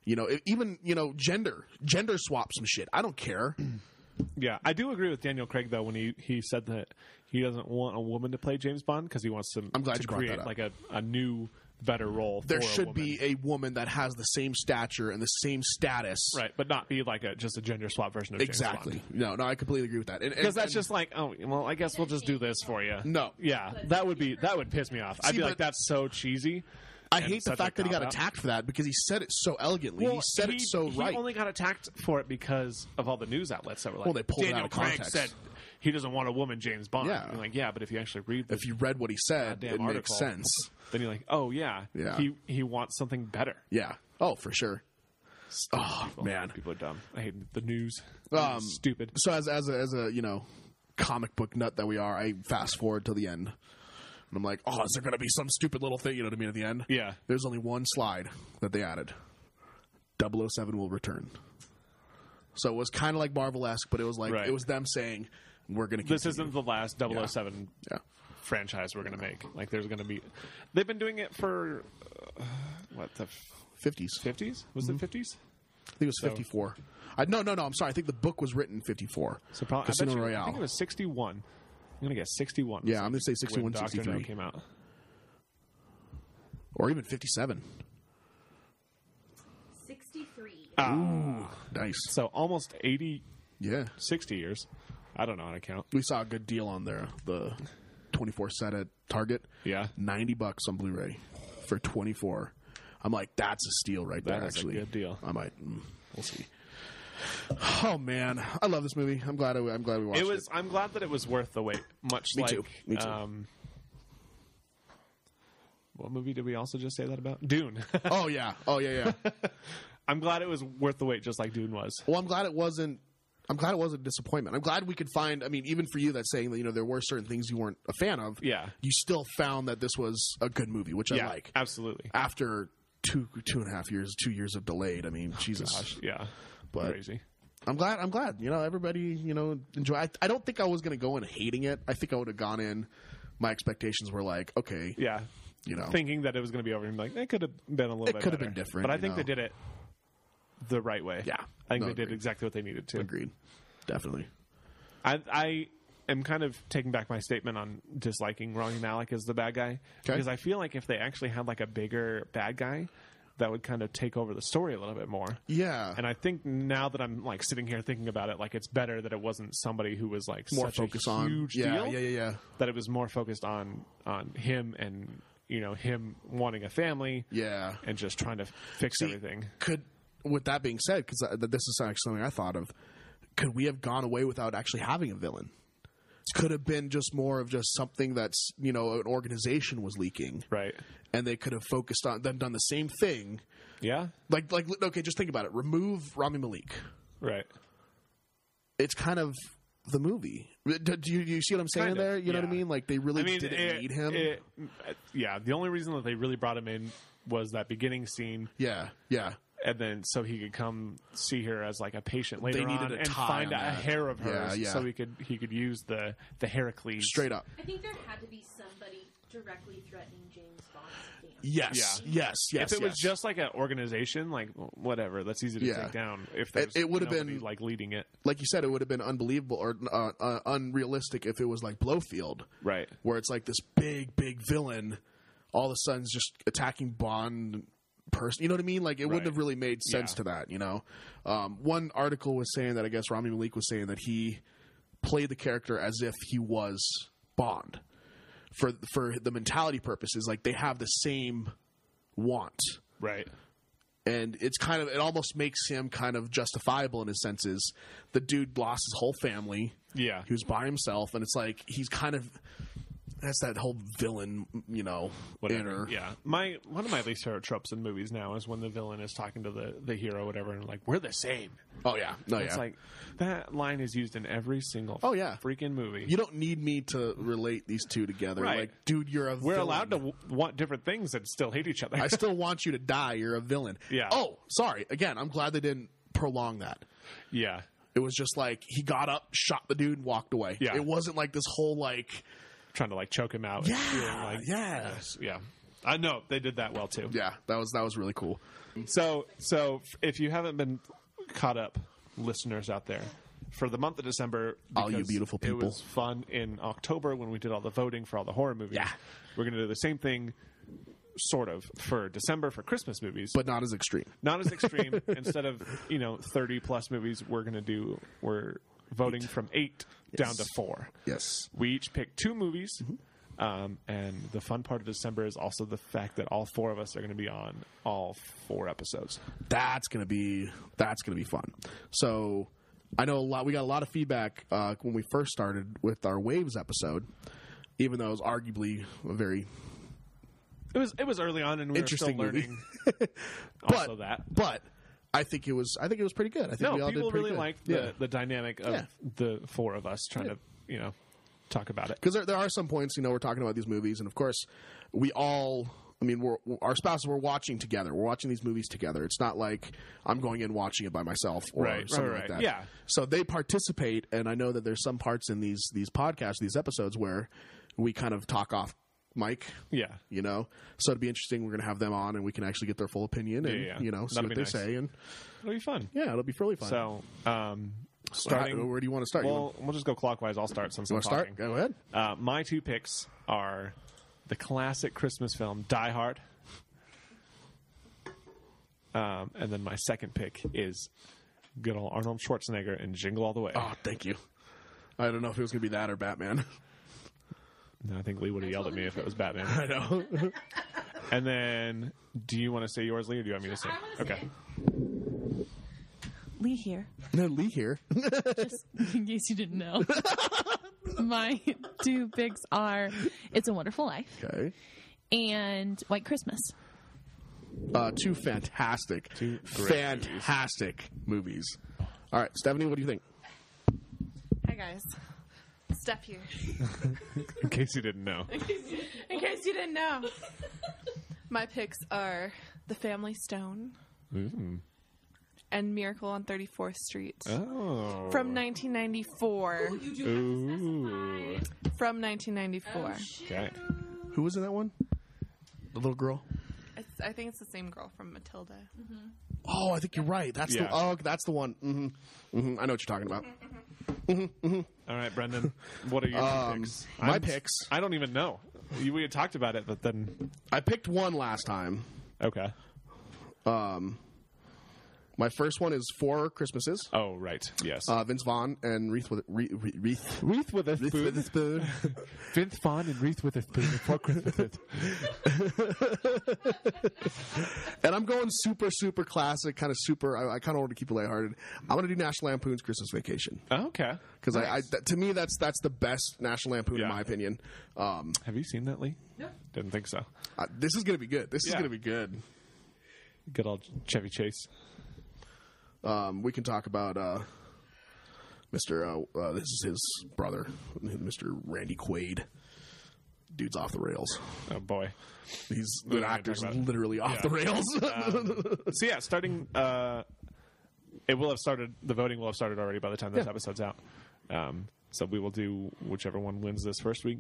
Speaker 2: You know, e- even you know, gender, gender swap some shit. I don't care.
Speaker 1: Mm. Yeah. I do agree with Daniel Craig though when he, he said that he doesn't want a woman to play James Bond because he wants to.
Speaker 2: I'm glad
Speaker 1: to
Speaker 2: you brought that
Speaker 1: create
Speaker 2: up.
Speaker 1: like a, a new better role.
Speaker 2: There
Speaker 1: for a
Speaker 2: should
Speaker 1: woman.
Speaker 2: be a woman that has the same stature and the same status.
Speaker 1: right, but not be like a just a gender swap version of
Speaker 2: Exactly. No, no, I completely agree with that.
Speaker 1: Because that's just like, oh, well, I guess we'll just do this for you.
Speaker 2: No.
Speaker 1: Yeah, that would be that would piss me off. I'd
Speaker 2: See,
Speaker 1: be
Speaker 2: but-
Speaker 1: like, that's so cheesy.
Speaker 2: I
Speaker 1: and
Speaker 2: hate the
Speaker 1: such
Speaker 2: fact
Speaker 1: a
Speaker 2: that he got
Speaker 1: cop-out.
Speaker 2: attacked for that because he said it so elegantly. he said it so
Speaker 1: he
Speaker 2: right.
Speaker 1: only got attacked for it because of all the news outlets that were like,
Speaker 2: Well, they pulled it
Speaker 1: Daniel
Speaker 2: out of
Speaker 1: Craig
Speaker 2: context.
Speaker 1: said he doesn't want a woman James Bond.
Speaker 2: Yeah.
Speaker 1: You're like, yeah, but if you actually read the
Speaker 2: if you read what he said,
Speaker 1: goddamn
Speaker 2: it
Speaker 1: article,
Speaker 2: makes sense.
Speaker 1: Then you're like, oh yeah,
Speaker 2: Yeah.
Speaker 1: He he wants something better.
Speaker 2: Yeah. Oh, for sure. Oh,
Speaker 1: People-
Speaker 2: man.
Speaker 1: people are dumb. I hate the news.
Speaker 2: Um,
Speaker 1: Stupid.
Speaker 2: So as as a, as a you know comic book nut that we are, I fast forward till the end. And I'm like, oh, is there going to be some stupid little thing? You know what I mean? At the end,
Speaker 1: Yeah.
Speaker 2: There's only one slide that they added. 007 will return. So it was kind of like Marvel-esque, but it was like
Speaker 1: Right.
Speaker 2: it was them saying we're going to.
Speaker 1: This isn't the last 007
Speaker 2: Yeah.
Speaker 1: franchise we're gonna make. Like, there's gonna be. They've been doing it for uh, what the
Speaker 2: Fifties. I
Speaker 1: fifties? Was
Speaker 2: Mm-hmm.
Speaker 1: it fifties?
Speaker 2: think it was fifty-four. I, no, no, no. I'm sorry. I think the book was written in fifty-four.
Speaker 1: So probably
Speaker 2: Casino
Speaker 1: I bet you,
Speaker 2: Royale.
Speaker 1: I think it was sixty-one. I'm gonna guess sixty-one.
Speaker 2: yeah, I'm going to say
Speaker 1: when
Speaker 2: 61,
Speaker 1: Doctor No
Speaker 2: 63.
Speaker 1: came out.
Speaker 2: or even fifty-seven.
Speaker 5: 63.
Speaker 6: Ah.
Speaker 2: Nice.
Speaker 1: So almost 80,
Speaker 2: Yeah.
Speaker 1: 60 years. I don't know how to count.
Speaker 2: we saw a good deal on there the 24 set at target
Speaker 1: Yeah.
Speaker 2: 90 bucks on blu-ray for 24 i'm like that's a steal right
Speaker 1: That
Speaker 2: there
Speaker 1: is a
Speaker 2: actually
Speaker 1: good deal.
Speaker 2: i might mm, we'll see oh man i love this movie i'm glad I, i'm glad we watched
Speaker 1: It
Speaker 2: it
Speaker 1: was. I'm glad that it was worth the wait. Much
Speaker 2: Me
Speaker 1: like.
Speaker 2: too. Me too.
Speaker 1: Um, what movie did we also just say that about? Dune.
Speaker 2: oh yeah oh yeah yeah
Speaker 1: I'm glad it was worth the wait, just like Dune was.
Speaker 2: well i'm glad it wasn't i'm glad it wasn't a disappointment i'm glad we could find i mean even for you that's saying that you know there were certain things you weren't a fan of
Speaker 1: Yeah.
Speaker 2: you still found that this was a good movie which
Speaker 1: yeah,
Speaker 2: i like
Speaker 1: absolutely.
Speaker 2: after two two and a half years two years of delayed i mean jesus
Speaker 1: Oh, Gosh, yeah,
Speaker 2: But-
Speaker 1: crazy.
Speaker 2: I'm glad. I'm glad. You know, everybody. You know, enjoy. I, I don't think I was going to go in hating it. I think I would have gone in. My expectations were like, okay,
Speaker 1: Yeah,
Speaker 2: you know,
Speaker 1: thinking that it was going to be over, and like it could have been a little.
Speaker 2: It
Speaker 1: bit
Speaker 2: could have
Speaker 1: better.
Speaker 2: been different,
Speaker 1: but I
Speaker 2: you
Speaker 1: think they
Speaker 2: know.
Speaker 1: did it the right way.
Speaker 2: Yeah.
Speaker 1: I think
Speaker 2: No,
Speaker 1: they did
Speaker 2: agreed.
Speaker 1: exactly what they needed to.
Speaker 2: agreed, definitely.
Speaker 1: I, I am kind of taking back my statement on disliking Rami Malik as the bad guy because I feel like if they actually had like a bigger bad guy, that would kind of take over the story a little bit more.
Speaker 2: Yeah,
Speaker 1: And I think now that I'm like sitting here thinking about it, like it's better that it wasn't somebody who was like
Speaker 2: more
Speaker 1: such
Speaker 2: focus
Speaker 1: a
Speaker 2: on.
Speaker 1: huge
Speaker 2: yeah,
Speaker 1: deal
Speaker 2: yeah, yeah, yeah.
Speaker 1: that it was more focused on on him and you know him wanting a family
Speaker 2: yeah.
Speaker 1: and just trying to fix
Speaker 2: See,
Speaker 1: everything.
Speaker 2: Could, with that being said, because this is actually something I thought of, could we have gone away without actually having a villain? Could have been just more of just something that's you know an organization was leaking,
Speaker 1: Right.
Speaker 2: and they could have focused on then done the same thing.
Speaker 1: Yeah.
Speaker 2: Like like okay, just think about it. Remove Rami Malik.
Speaker 1: Right.
Speaker 2: It's kind of the movie. Do, do you, you see what I'm saying
Speaker 1: Kind of,
Speaker 2: there? You know what I
Speaker 1: yeah.
Speaker 2: mean? Like they really
Speaker 1: I mean,
Speaker 2: didn't
Speaker 1: it-
Speaker 2: need him.
Speaker 1: it- yeah. The only reason that they really brought him in was that beginning scene,
Speaker 2: yeah, yeah.
Speaker 1: and then so he could come see her as like a patient later
Speaker 2: needed
Speaker 1: on
Speaker 2: a
Speaker 1: and
Speaker 2: tie
Speaker 1: find
Speaker 2: on
Speaker 1: a
Speaker 2: that.
Speaker 1: hair of hers,
Speaker 2: Yeah, yeah.
Speaker 1: so he could he could use the the Heracles
Speaker 2: Straight up.
Speaker 5: I think there had to be somebody directly threatening James Bond's family.
Speaker 2: Yes,
Speaker 1: Yeah.
Speaker 2: yes, yes.
Speaker 1: If it was
Speaker 2: yes.
Speaker 1: just like an organization, like whatever, that's easy to
Speaker 2: Yeah.
Speaker 1: take down. If there's
Speaker 2: it would've
Speaker 1: nobody,
Speaker 2: been-
Speaker 1: like leading it,
Speaker 2: like you said, it would have been unbelievable or uh, uh, unrealistic if it was like Blowfield,
Speaker 1: right?
Speaker 2: where it's like this big, big villain all of a sudden's just attacking Bond person. You know what I mean? Like it wouldn't
Speaker 1: Right.
Speaker 2: have really made sense
Speaker 1: Yeah.
Speaker 2: to that. You know, um, one article was saying that I guess Rami Malik was saying that he played the character as if he was Bond for for the mentality purposes. Like they have the same want
Speaker 1: Right.
Speaker 2: and it's kind of it almost makes him kind of justifiable in his senses. The dude lost his whole family.
Speaker 1: Yeah.
Speaker 2: He was by himself, and it's like he's kind of that's that whole villain, you know,
Speaker 1: Whatever.
Speaker 2: inner.
Speaker 1: Yeah. My one of my least favorite tropes in movies now is when the villain is talking to the the hero, whatever, and like we're the same.
Speaker 2: Oh yeah, no,
Speaker 1: It's
Speaker 2: yeah.
Speaker 1: like that line is used in every single
Speaker 2: Oh, yeah.
Speaker 1: freaking movie.
Speaker 2: you don't need me to relate these two together.
Speaker 1: Right.
Speaker 2: Like, dude, you're a.
Speaker 1: We're
Speaker 2: villain.
Speaker 1: allowed to w- want different things and still hate each other.
Speaker 2: I still want you to die. You're a villain.
Speaker 1: Yeah.
Speaker 2: Oh, sorry. Again, I'm glad they didn't prolong that.
Speaker 1: yeah.
Speaker 2: It was just like he got up, shot the dude, and walked away.
Speaker 1: Yeah.
Speaker 2: It wasn't like this whole like.
Speaker 1: Trying to like choke him out.
Speaker 2: Yeah.
Speaker 1: And feeling like,
Speaker 2: yeah.
Speaker 1: Yeah. I know they did that well too.
Speaker 2: Yeah. That was that was really cool.
Speaker 1: So, so f- if you haven't been caught up, listeners out there, for the month of December,
Speaker 2: All you
Speaker 1: because
Speaker 2: beautiful
Speaker 1: it
Speaker 2: people.
Speaker 1: was fun in October when we did all the voting for all the horror movies.
Speaker 2: Yeah.
Speaker 1: we're going to do the same thing, sort of, for December for Christmas movies,
Speaker 2: but not as extreme.
Speaker 1: not as extreme. Instead of you know thirty plus movies, we're going to do we're voting from eight down to four.
Speaker 2: Yes.
Speaker 1: We each pick two movies.
Speaker 2: Mm-hmm.
Speaker 1: Um, and the fun part of December is also the fact that all four of us are going to be on all four episodes.
Speaker 2: That's gonna be that's gonna be fun. So I know a lot we got a lot of feedback uh, when we first started with our waves episode, even though it was arguably a very
Speaker 1: It was it was early on, and we
Speaker 2: Interesting
Speaker 1: were still
Speaker 2: movie.
Speaker 1: learning.
Speaker 2: but,
Speaker 1: also, that
Speaker 2: But I think it was I think it was pretty good. I think we
Speaker 1: no
Speaker 2: all
Speaker 1: people
Speaker 2: did pretty
Speaker 1: really
Speaker 2: good.
Speaker 1: liked the,
Speaker 2: yeah.
Speaker 1: the dynamic of
Speaker 2: Yeah.
Speaker 1: the four of us trying
Speaker 2: Yeah.
Speaker 1: to you know talk about it.
Speaker 2: because there, there are some points you know we're talking about these movies and of course we all i mean we're our spouses we're watching together we're watching these movies together it's not like i'm going in watching it by myself or
Speaker 1: Right, right,
Speaker 2: something
Speaker 1: right.
Speaker 2: like that
Speaker 1: Yeah.
Speaker 2: so they participate and i know that there's some parts in these these podcasts these episodes where we kind of talk off mic
Speaker 1: Yeah,
Speaker 2: you know so it'd be interesting we're gonna have them on and we can actually get their full opinion and
Speaker 1: Yeah, yeah.
Speaker 2: you know see
Speaker 1: That'd be
Speaker 2: what they
Speaker 1: nice.
Speaker 2: say and
Speaker 1: it'll be fun.
Speaker 2: yeah it'll be really fun
Speaker 1: So um,
Speaker 2: How-
Speaker 1: starting,
Speaker 2: where do you want to start you
Speaker 1: we'll we'll just go clockwise. I'll start since I'm
Speaker 2: want to start
Speaker 1: talking.
Speaker 2: go ahead
Speaker 1: Uh, my two picks are the classic Christmas film Die Hard, um, and then my second pick is good old Arnold Schwarzenegger and Jingle All the Way.
Speaker 2: oh thank you i don't know if it was gonna be that or batman
Speaker 1: No, I think Lee would have yelled at me if it was Batman.
Speaker 2: i know
Speaker 1: And then, do you want to say yours, Lee, or do you want me to say?
Speaker 3: I wanna say
Speaker 1: okay.
Speaker 3: it. Lee here,
Speaker 2: No, Lee here.
Speaker 6: just in case you didn't know. My two picks are It's a Wonderful Life
Speaker 2: Okay.
Speaker 6: and White Christmas.
Speaker 2: Uh, two fantastic,
Speaker 1: Two great
Speaker 2: fantastic movies. All right, Stephanie, what do you think?
Speaker 4: Hi guys, Steph here.
Speaker 1: In case you didn't know,
Speaker 4: In case you didn't know, my picks are The Family Stone and Miracle on 34th Street
Speaker 1: oh,
Speaker 4: from 1994.
Speaker 3: you do
Speaker 1: Ooh.
Speaker 3: have to specify.
Speaker 4: From 1994,
Speaker 3: Oh, shoot.
Speaker 1: okay,
Speaker 2: Who was in that one? The little girl.
Speaker 4: it's, I think it's the same girl from Matilda.
Speaker 2: Oh, I think you're right. That's
Speaker 1: Yeah.
Speaker 2: the oh, that's the one. hmm hmm I know what you're talking about.
Speaker 1: all right, Brendan. What are your two
Speaker 2: Um,
Speaker 1: picks?
Speaker 2: my picks.
Speaker 1: I don't even know. You, we had talked about it, but then
Speaker 2: I picked one last time.
Speaker 1: okay,
Speaker 2: My first one is Four Christmases.
Speaker 1: Oh, right. Yes.
Speaker 2: Uh, Vince Vaughn and Reese with Re, Re, Reese.
Speaker 1: Wreath
Speaker 2: Reese
Speaker 1: Witherspoon.
Speaker 2: Witherspoon.
Speaker 1: Vince Vaughn and Wreath Witherspoon for Christmas.
Speaker 2: and I'm going super, super classic, kind of super. I, I kind of want to keep it lighthearted. I'm going to do National Lampoon's Christmas Vacation
Speaker 1: Oh, okay.
Speaker 2: because I, I that, to me that's that's the best National Lampoon
Speaker 1: Yeah.
Speaker 2: in my opinion. Um,
Speaker 1: Have you seen that, Lee?
Speaker 3: No.
Speaker 1: Didn't think so.
Speaker 2: I- this is going to be good. This is
Speaker 1: Yeah.
Speaker 2: going to be good.
Speaker 1: Good old Chevy Chase.
Speaker 2: Um, we can talk about uh, Mr. Uh, uh, this is his brother, Mr. Randy Quaid. Dude's off the rails.
Speaker 1: Oh boy.
Speaker 2: He's
Speaker 1: don't
Speaker 2: the
Speaker 1: need to
Speaker 2: actor's
Speaker 1: talk about it. Um,
Speaker 2: literally off the rails.
Speaker 1: So yeah, starting. Uh, it will have started. The voting will have started already by the time this
Speaker 2: Yeah.
Speaker 1: episode's out. Um, so we will do whichever one wins this first week,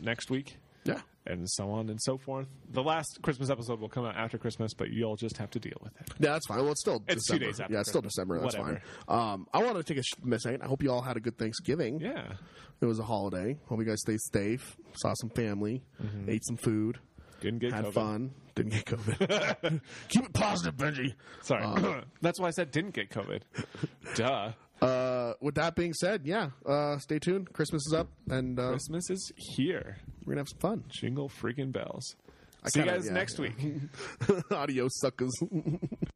Speaker 1: next week,
Speaker 2: yeah.
Speaker 1: and so on and so forth. The last Christmas episode will come out after Christmas, but you'll just have to deal with it.
Speaker 2: Yeah, that's fine. Well, it's still
Speaker 1: It's two
Speaker 2: December.
Speaker 1: days after
Speaker 2: Yeah, it's still
Speaker 1: Christmas.
Speaker 2: December. That's
Speaker 1: Whatever.
Speaker 2: fine. Um, I wanted to take a sh- second. I hope you all had a good Thanksgiving.
Speaker 1: Yeah.
Speaker 2: It was a holiday. Hope you guys stayed safe. Saw some family.
Speaker 1: Mm-hmm.
Speaker 2: Ate some food.
Speaker 1: Didn't get
Speaker 2: had
Speaker 1: COVID.
Speaker 2: fun. Didn't get COVID. Uh, Keep it positive, Benji.
Speaker 1: Sorry. That's why I said didn't get COVID. Duh.
Speaker 2: Uh, with that being said, yeah, uh, stay tuned. Christmas is up, and uh,
Speaker 1: Christmas is here.
Speaker 2: we're gonna have some fun.
Speaker 1: Jingle freaking bells. See you
Speaker 2: kinda-
Speaker 1: guys
Speaker 2: yeah,
Speaker 1: next
Speaker 2: yeah.
Speaker 1: week.
Speaker 2: Adios, suckers.